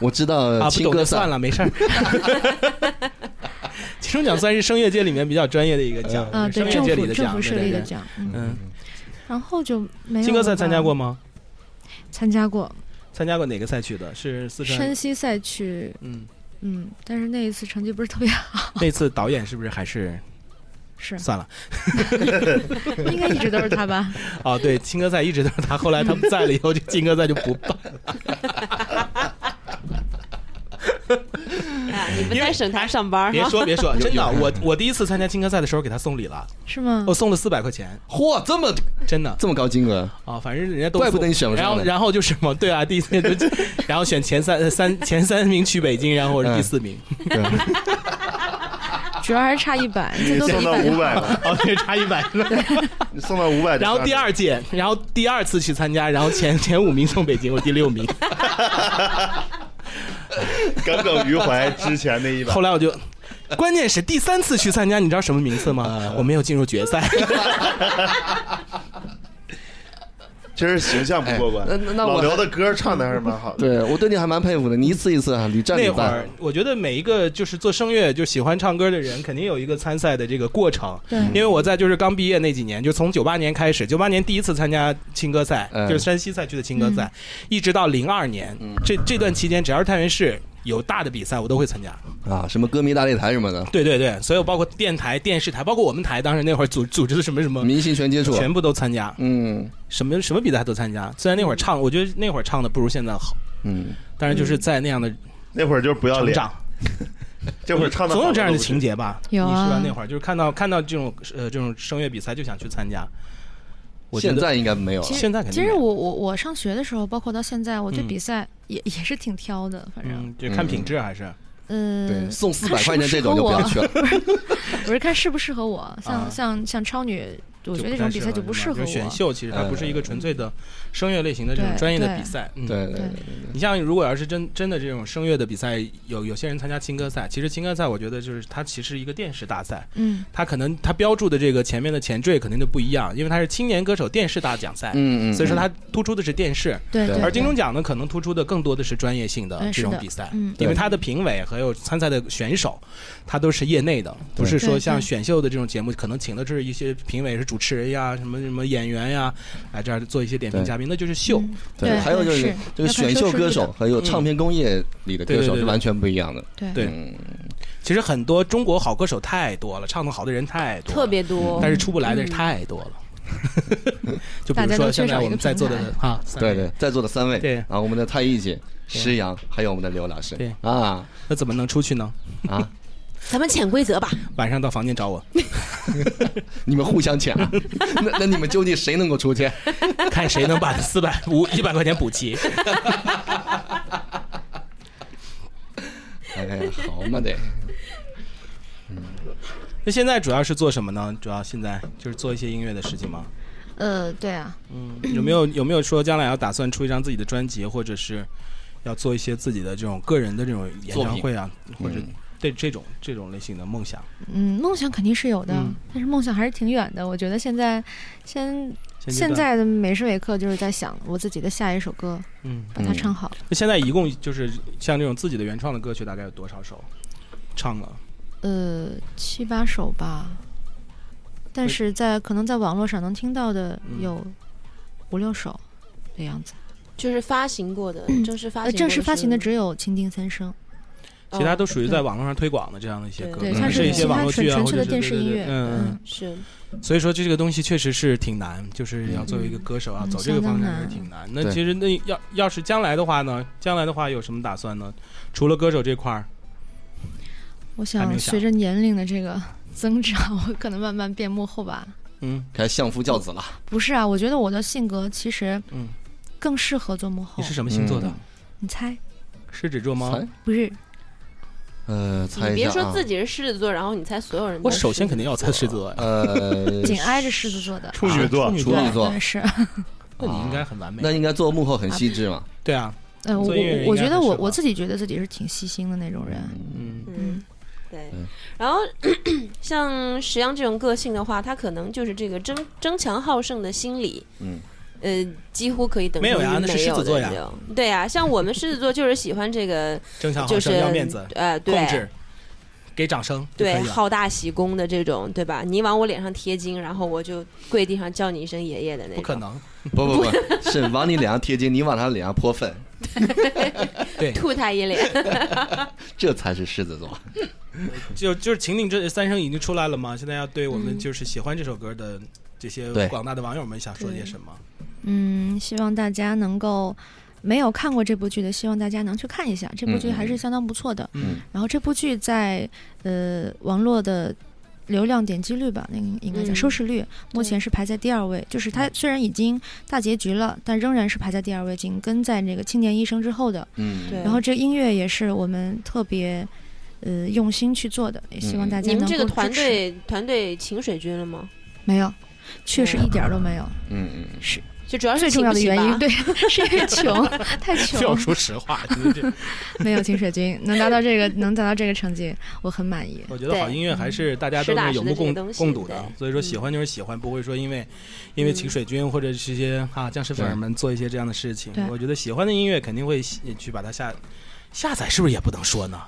[SPEAKER 3] 我知
[SPEAKER 4] 啊，
[SPEAKER 3] 道
[SPEAKER 4] 不
[SPEAKER 3] 青
[SPEAKER 4] 懂
[SPEAKER 3] 歌
[SPEAKER 4] 就
[SPEAKER 3] 赛
[SPEAKER 4] 算，了，没事儿。 金钟奖算是声乐界里面比较专业的一个奖，
[SPEAKER 7] 啊、
[SPEAKER 4] 声
[SPEAKER 7] 对
[SPEAKER 4] 乐
[SPEAKER 7] 政
[SPEAKER 4] 界里
[SPEAKER 7] 府
[SPEAKER 4] 的
[SPEAKER 7] 政
[SPEAKER 4] 奖，
[SPEAKER 7] 府
[SPEAKER 4] 对
[SPEAKER 7] 设
[SPEAKER 4] 对
[SPEAKER 7] 立的
[SPEAKER 4] 对
[SPEAKER 7] 奖，哎嗯，
[SPEAKER 4] 嗯，
[SPEAKER 7] 然后就没有。
[SPEAKER 4] 金歌赛参加过？吗？
[SPEAKER 7] 参加过，
[SPEAKER 4] 参加过哪个赛区的？是四川
[SPEAKER 7] 山。西赛区，
[SPEAKER 4] 嗯，
[SPEAKER 7] 嗯，但是那一次成绩不是特别好，
[SPEAKER 4] 那次导演是不是还是
[SPEAKER 7] 是
[SPEAKER 4] 算了？
[SPEAKER 7] 应该一直都是他吧？
[SPEAKER 4] 哦，对，青歌赛一直都是他，后来他不在了以后，这金歌赛就不办。
[SPEAKER 5] 啊，你不在省台上班
[SPEAKER 4] 别
[SPEAKER 5] 哈？
[SPEAKER 4] 说别说，真的，我我第一次参加青歌赛的时候给他送礼了，
[SPEAKER 7] 是吗
[SPEAKER 4] 我？送了四百块钱，
[SPEAKER 3] 嚯，这么
[SPEAKER 4] 真的
[SPEAKER 3] 这么高金额，
[SPEAKER 4] 啊，反正人家都
[SPEAKER 3] 怪不
[SPEAKER 4] 送
[SPEAKER 3] 得你选不上
[SPEAKER 4] 然后
[SPEAKER 3] 呢
[SPEAKER 4] 然后就是嘛，对啊，第一次就 然后选前三呃三前三名去北京，然后我
[SPEAKER 3] 嗯
[SPEAKER 4] 是第四名，
[SPEAKER 3] 对，
[SPEAKER 7] 主要还是差一 百，最
[SPEAKER 6] 你
[SPEAKER 7] 多
[SPEAKER 6] 送
[SPEAKER 7] 给一
[SPEAKER 6] 到五百
[SPEAKER 7] 百。
[SPEAKER 6] 吧，
[SPEAKER 4] 哦，对，差一百。
[SPEAKER 6] 你送到五百。
[SPEAKER 4] 然后第，二届，然后第二次去参加，然后前前五名送北京，我第六名。
[SPEAKER 6] 耿耿于怀之前那一百
[SPEAKER 4] 后。来我就，关键是第三次去参加，你知道什么名次
[SPEAKER 3] 嗯
[SPEAKER 4] 吗？我没有进入决赛。
[SPEAKER 6] 其实形象不过关。
[SPEAKER 3] 哎那那我
[SPEAKER 6] 老刘的歌唱的还是蛮好的。
[SPEAKER 3] 对我对你还蛮佩服的，你一次一次啊，屡战
[SPEAKER 4] 那
[SPEAKER 3] 屡
[SPEAKER 4] 会
[SPEAKER 3] 败
[SPEAKER 4] 儿，，我觉得每一个就是做声乐就喜欢唱歌的人，肯定有一个参赛的这个过程。
[SPEAKER 7] 对
[SPEAKER 4] 因为我在就是刚毕业那几年，就从九八年开始，九八年第一次参加青歌赛，
[SPEAKER 3] 嗯
[SPEAKER 4] 就是山西赛区的青歌赛，一直到零二年，这这段期间，只要是太原市。有大的比赛我都会参加，
[SPEAKER 3] 啊，什么歌迷大擂台什么的，
[SPEAKER 4] 对对对，所有包括电台、电视台，包括我们台，当时那会儿组组织的什么什么，
[SPEAKER 3] 明星全接触，
[SPEAKER 4] 呃全部都参加，
[SPEAKER 3] 嗯
[SPEAKER 4] 什么什么比赛都参加。虽然那会儿唱，我觉得那会儿唱的不如现在好，
[SPEAKER 3] 嗯，
[SPEAKER 4] 但是就是在那样的
[SPEAKER 6] 那会儿就是不要
[SPEAKER 4] 成
[SPEAKER 6] 脸，
[SPEAKER 4] 长，
[SPEAKER 6] 这会儿唱的
[SPEAKER 4] 总有这样的情。节吧？
[SPEAKER 7] 有啊
[SPEAKER 4] 你是吧？那会儿就是看到看到这种呃这种声乐比赛就想去参加。我觉
[SPEAKER 3] 现
[SPEAKER 4] 得
[SPEAKER 3] 在应该没有了
[SPEAKER 7] 其，实
[SPEAKER 4] 现在肯定
[SPEAKER 7] 其实
[SPEAKER 4] 没有
[SPEAKER 7] 我我我上学的时候，包括到现在，我对
[SPEAKER 4] 嗯
[SPEAKER 7] 比赛也、也是挺挑的，反正
[SPEAKER 4] 嗯，就看品质还是
[SPEAKER 7] 呃
[SPEAKER 4] 嗯
[SPEAKER 3] 对，，送四
[SPEAKER 7] 看
[SPEAKER 3] 百
[SPEAKER 7] 适
[SPEAKER 3] 块
[SPEAKER 7] 不
[SPEAKER 3] 钱这
[SPEAKER 7] 适
[SPEAKER 3] 种
[SPEAKER 7] 合
[SPEAKER 3] 就不要
[SPEAKER 7] 我
[SPEAKER 3] 去了，
[SPEAKER 7] 我是看适不适合我，像、
[SPEAKER 4] 啊
[SPEAKER 7] 像像超女，我觉得这种比赛就不适合
[SPEAKER 4] 就
[SPEAKER 7] 我。
[SPEAKER 4] 是选秀其实它不是一个纯粹的声乐类型的这种
[SPEAKER 7] 对
[SPEAKER 4] 专业的比赛。嗯，
[SPEAKER 3] 对对 对，
[SPEAKER 4] 你像如果要是真真的这种声乐的比赛，有有些人参加青歌赛，其实青歌赛我觉得就是它其实是一个电视大赛，
[SPEAKER 7] 嗯，
[SPEAKER 4] 它可能它标注的这个前面的前缀肯定就不一样，因为它是青年歌手电视大奖赛，
[SPEAKER 3] 嗯嗯，
[SPEAKER 4] 所以说它突出的是电视。
[SPEAKER 7] 对
[SPEAKER 3] 对
[SPEAKER 7] 对。
[SPEAKER 4] 而金钟奖呢，可能突出的更多的是专业性的
[SPEAKER 7] 嗯
[SPEAKER 4] 这
[SPEAKER 7] 是
[SPEAKER 4] 种
[SPEAKER 7] 的
[SPEAKER 4] 比赛，
[SPEAKER 7] 嗯
[SPEAKER 4] 因为
[SPEAKER 3] 对
[SPEAKER 4] 它的评委还有参赛的选手，他都是业内的，不是说
[SPEAKER 7] 对
[SPEAKER 4] 像
[SPEAKER 7] 对
[SPEAKER 4] 选秀的这种节目，可能请的是一些评委是主持人呀、什么什么演员呀，来这儿做一些点评
[SPEAKER 3] 对
[SPEAKER 4] 嘉宾，那就是秀。
[SPEAKER 7] 嗯
[SPEAKER 3] 对，
[SPEAKER 7] 对
[SPEAKER 3] 还有就是
[SPEAKER 7] 是
[SPEAKER 3] 这个
[SPEAKER 7] 要看
[SPEAKER 3] 选
[SPEAKER 7] 收
[SPEAKER 3] 秀
[SPEAKER 7] 视
[SPEAKER 3] 歌
[SPEAKER 7] 率
[SPEAKER 3] 手
[SPEAKER 7] 的
[SPEAKER 3] 还有唱片工业里的
[SPEAKER 4] 对
[SPEAKER 3] 歌
[SPEAKER 4] 对
[SPEAKER 3] 手
[SPEAKER 4] 对
[SPEAKER 3] 是
[SPEAKER 4] 对
[SPEAKER 3] 完全不一样的，
[SPEAKER 7] 对
[SPEAKER 4] 对
[SPEAKER 3] 嗯
[SPEAKER 4] 其实很多中国好歌手太多了，唱的好的人太多了，
[SPEAKER 5] 特别多
[SPEAKER 4] 嗯但，是出不来的人太多 了。就比
[SPEAKER 7] 嗯大
[SPEAKER 4] 如
[SPEAKER 7] 家
[SPEAKER 4] 说
[SPEAKER 7] 都
[SPEAKER 4] 现
[SPEAKER 7] 缺
[SPEAKER 4] 在
[SPEAKER 7] 少
[SPEAKER 4] 我
[SPEAKER 7] 一个
[SPEAKER 4] 们在座的
[SPEAKER 7] 平
[SPEAKER 4] 啊，
[SPEAKER 3] 对对，，在座的三位，
[SPEAKER 4] 对
[SPEAKER 3] 然后我们的太艺姐、石阳，还有我们的刘老师，
[SPEAKER 4] 对
[SPEAKER 3] 啊
[SPEAKER 4] 那怎么能出去呢？
[SPEAKER 3] 啊，
[SPEAKER 5] 咱们潜规则吧。
[SPEAKER 4] 晚上到房间找 我，
[SPEAKER 3] 你们互相抢， 那那你们究竟谁能够出去？
[SPEAKER 4] 看谁能把四百五一百块钱补齐。
[SPEAKER 3] 哎呀，好嘛得，
[SPEAKER 4] 那现在主要是做什么呢？主要现在就是做一些音乐的事情 吗？
[SPEAKER 7] 呃，对啊，
[SPEAKER 4] 有没有有没有说将来要打算出一张自己的专辑，或者是要做一些自己的这种个人的这种演唱会啊，或者对这种这种类型的梦想？
[SPEAKER 7] 嗯，梦想肯定是有的，
[SPEAKER 4] 嗯
[SPEAKER 7] 但是梦想还是挺远的。我觉得现在，先现
[SPEAKER 4] 阶段
[SPEAKER 7] 在的每时每刻就是在想我自己的下一首歌，
[SPEAKER 4] 嗯，
[SPEAKER 7] 把它唱好。
[SPEAKER 4] 那现在一共就是像这种自己的原创的歌曲，大概有多少首？唱了
[SPEAKER 7] 呃七八首吧，但
[SPEAKER 4] 会
[SPEAKER 7] 是在可能在网络上能听到的
[SPEAKER 4] 嗯
[SPEAKER 7] 有五六首的样子。
[SPEAKER 5] 就是发行过的，哦正式发
[SPEAKER 7] 呃，
[SPEAKER 5] 行，
[SPEAKER 7] 正式发行的只有《情定三生》，
[SPEAKER 4] 其他都属于在
[SPEAKER 7] 对
[SPEAKER 4] 网络上推广的这样的一些
[SPEAKER 5] 对
[SPEAKER 4] 歌，
[SPEAKER 7] 对，
[SPEAKER 4] 可
[SPEAKER 3] 嗯
[SPEAKER 7] 它
[SPEAKER 4] 能是一
[SPEAKER 7] 是
[SPEAKER 4] 些
[SPEAKER 7] 其
[SPEAKER 4] 网
[SPEAKER 7] 他
[SPEAKER 4] 络
[SPEAKER 7] 纯
[SPEAKER 4] 剧啊，
[SPEAKER 7] 纯
[SPEAKER 4] 或
[SPEAKER 7] 粹
[SPEAKER 4] 者是
[SPEAKER 7] 的电视
[SPEAKER 4] 对对
[SPEAKER 7] 音
[SPEAKER 4] 对
[SPEAKER 7] 乐。
[SPEAKER 4] 嗯，
[SPEAKER 7] 嗯，
[SPEAKER 5] 是
[SPEAKER 4] 所以说这个东西确实是挺难，就是要作为一个歌手啊，
[SPEAKER 7] 嗯
[SPEAKER 4] 走这个方向
[SPEAKER 7] 相当
[SPEAKER 4] 还是
[SPEAKER 7] 难
[SPEAKER 4] 挺难。那
[SPEAKER 3] 对
[SPEAKER 4] 其实那要要是将来的话呢，将来的话有什么打算呢？除了歌手这块儿，
[SPEAKER 7] 我
[SPEAKER 4] 还没有想
[SPEAKER 7] 想随着年龄的这个增长， 我可能慢慢变幕后吧。
[SPEAKER 4] 嗯，
[SPEAKER 3] 开始相夫教子了。
[SPEAKER 7] 不是啊，我觉得我的性格其实
[SPEAKER 4] 嗯
[SPEAKER 7] 更适合做幕后
[SPEAKER 4] 你。是什么星
[SPEAKER 3] 嗯
[SPEAKER 4] 座的？
[SPEAKER 7] 你猜？
[SPEAKER 4] 狮子座吗
[SPEAKER 3] 猜？
[SPEAKER 7] 不是，
[SPEAKER 3] 呃，猜
[SPEAKER 5] 你
[SPEAKER 3] 一
[SPEAKER 5] 别
[SPEAKER 3] 下
[SPEAKER 5] 说
[SPEAKER 3] 啊
[SPEAKER 5] 自己是狮子座，然后你猜所有人都
[SPEAKER 4] 我
[SPEAKER 5] 是狮子座。
[SPEAKER 4] 首先肯定要猜狮子座呀，
[SPEAKER 3] 呃，
[SPEAKER 7] 紧挨着狮子座的。
[SPEAKER 6] 处女座
[SPEAKER 4] 处女啊
[SPEAKER 3] 处女座
[SPEAKER 7] 对，是，
[SPEAKER 4] 那你应该很完美
[SPEAKER 3] 那。应该做幕后很细 致嘛。
[SPEAKER 4] 对啊，
[SPEAKER 7] 呃，我
[SPEAKER 4] 做音乐人
[SPEAKER 7] 我我
[SPEAKER 4] 应该
[SPEAKER 7] 觉得
[SPEAKER 4] 很
[SPEAKER 7] 我
[SPEAKER 4] 适合
[SPEAKER 7] 我自己觉得自己是挺细心的那种人，
[SPEAKER 4] 嗯，
[SPEAKER 5] 嗯，对
[SPEAKER 3] 嗯。
[SPEAKER 5] 然后 像石阳这种个性的话，他可能就是这个争争强好胜的心理，
[SPEAKER 3] 嗯，
[SPEAKER 5] 呃，几乎可以等
[SPEAKER 4] 没有
[SPEAKER 5] 同于
[SPEAKER 4] 呀那是狮子座呀
[SPEAKER 5] 没有的那种对呀，像我们狮子座就是喜欢这 个，
[SPEAKER 4] 争强好
[SPEAKER 5] 就是
[SPEAKER 4] 胜，要面子，
[SPEAKER 5] 呃，
[SPEAKER 4] 控
[SPEAKER 5] 对
[SPEAKER 4] 制，给掌声就可
[SPEAKER 5] 对，
[SPEAKER 4] 以了。
[SPEAKER 5] 好大喜功的这种，对吧？你往我脸上贴金，然后我就跪地上叫你一声爷爷的那种，
[SPEAKER 4] 不可能，
[SPEAKER 3] 不不不，是往你脸上贴金，你往他脸上泼粪，
[SPEAKER 4] 对，
[SPEAKER 5] 吐他一脸。
[SPEAKER 3] 这才是狮子座。
[SPEAKER 4] 就就是秦岭这三声已经出来了嘛，现在要对我
[SPEAKER 5] 嗯
[SPEAKER 4] 们就是喜欢这首歌的这些
[SPEAKER 3] 对
[SPEAKER 4] 广大的网友们想说些什么？
[SPEAKER 7] 嗯，希望大家能够没有看过这部剧的，希望大家能去看一下，这部剧还
[SPEAKER 3] 嗯嗯
[SPEAKER 7] 是
[SPEAKER 3] 嗯
[SPEAKER 7] 相当不错的。
[SPEAKER 4] 嗯
[SPEAKER 7] 然后这部剧在呃网络的流量点击率吧，那个应该叫
[SPEAKER 5] 嗯
[SPEAKER 7] 收视率，目前是排在第二位。就是
[SPEAKER 3] 嗯
[SPEAKER 7] 它虽然已经大结局了，但仍然是排在第二位，紧跟在那个《青年医生》之后的。
[SPEAKER 3] 嗯，
[SPEAKER 5] 对
[SPEAKER 7] 然后这个音乐也是我们特别呃用心去做的，
[SPEAKER 3] 嗯
[SPEAKER 7] 也希望大家
[SPEAKER 5] 你
[SPEAKER 7] 能
[SPEAKER 5] 们
[SPEAKER 7] 够
[SPEAKER 5] 这个
[SPEAKER 7] 支
[SPEAKER 5] 团
[SPEAKER 7] 持
[SPEAKER 5] 队团队请水军了吗？
[SPEAKER 7] 没有，确实
[SPEAKER 5] 没有
[SPEAKER 7] 一点儿都没有。
[SPEAKER 3] 嗯嗯嗯，
[SPEAKER 7] 是
[SPEAKER 5] 就主要是
[SPEAKER 7] 最重要的
[SPEAKER 5] 请不
[SPEAKER 7] 原
[SPEAKER 5] 起吧
[SPEAKER 7] 因，对， 是因为穷，太
[SPEAKER 4] 就要
[SPEAKER 7] 穷，
[SPEAKER 4] 说实话，就是这
[SPEAKER 7] 没有金水军能达到这个能达到这个成绩，我很满意。
[SPEAKER 4] 我觉得好
[SPEAKER 5] 对嗯
[SPEAKER 4] 音乐还是大家
[SPEAKER 5] 实
[SPEAKER 4] 都
[SPEAKER 5] 打
[SPEAKER 4] 是
[SPEAKER 5] 实
[SPEAKER 4] 有
[SPEAKER 5] 的
[SPEAKER 4] 目
[SPEAKER 5] 这个
[SPEAKER 4] 共
[SPEAKER 5] 东西
[SPEAKER 4] 共睹的
[SPEAKER 5] 对，嗯
[SPEAKER 4] 所以说喜欢就是喜欢，不会说因为因为请水军或者是一些哈僵尸粉儿们做一些这样的事情
[SPEAKER 7] 对。
[SPEAKER 4] 我觉得喜欢的音乐肯定会喜去把它下下载，是不是也不能说呢？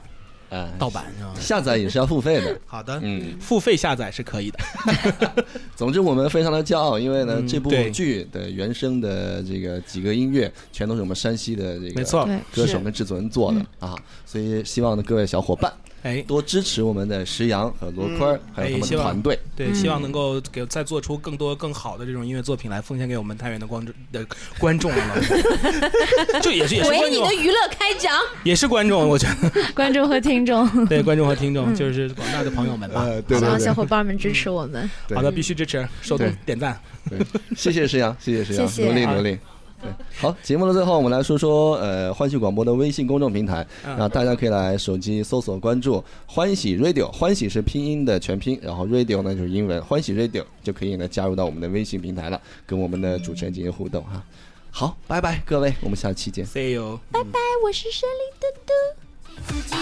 [SPEAKER 3] 哎，
[SPEAKER 4] 盗版是吧？
[SPEAKER 3] 下载也是要付费的。
[SPEAKER 4] 好的，
[SPEAKER 3] 嗯，
[SPEAKER 4] 付费下载是可以的。
[SPEAKER 3] 总之我们非常的骄傲，因为呢
[SPEAKER 4] 嗯，
[SPEAKER 3] 这部
[SPEAKER 4] 对
[SPEAKER 3] 剧的原声的这个几个音乐，全都是我们山西的这个
[SPEAKER 4] 没错
[SPEAKER 7] 对，
[SPEAKER 3] 歌手跟制作人做的啊，所以希望呢各位小伙伴
[SPEAKER 4] 哎，
[SPEAKER 3] 多支持我们的石阳和罗坤儿，还有他
[SPEAKER 4] 哎
[SPEAKER 3] 们
[SPEAKER 4] 希
[SPEAKER 3] 的
[SPEAKER 4] 望
[SPEAKER 3] 团队。
[SPEAKER 4] 对，希
[SPEAKER 5] 嗯
[SPEAKER 4] 望能够给再做出更多更好的这种音乐作品来奉献给我们太原的观众的观 众了。就也是也是
[SPEAKER 5] 为
[SPEAKER 4] 观
[SPEAKER 5] 你的
[SPEAKER 4] 众，
[SPEAKER 5] 娱乐开讲。
[SPEAKER 4] 也是观众，我觉得
[SPEAKER 7] 观众和听众，
[SPEAKER 4] 对观众和听
[SPEAKER 5] 嗯
[SPEAKER 4] 众就是广大的朋友们吧。
[SPEAKER 3] 呃，对
[SPEAKER 7] 希
[SPEAKER 3] 对
[SPEAKER 7] 望
[SPEAKER 3] 对
[SPEAKER 7] 小伙伴们支持我们。
[SPEAKER 3] 对
[SPEAKER 4] 好的，必须支持，手动
[SPEAKER 3] 对
[SPEAKER 4] 点赞。
[SPEAKER 3] 对，谢谢石阳，谢谢石阳，
[SPEAKER 7] 谢谢
[SPEAKER 3] 努力努力。对，好，节目的最后，我们来说说呃欢喜广播的微信公众平台，
[SPEAKER 4] 嗯
[SPEAKER 3] 那大家可以来手机搜索关注欢喜 radio，欢喜是拼音的全拼，然后 radio 呢就是英文，欢喜 radio 就可以呢加入到我们的微信平台了，跟我们的主持人进行互动哈。好，拜拜各位，我们下期见。
[SPEAKER 4] See you。
[SPEAKER 9] 拜拜，我是森林嘟嘟。自己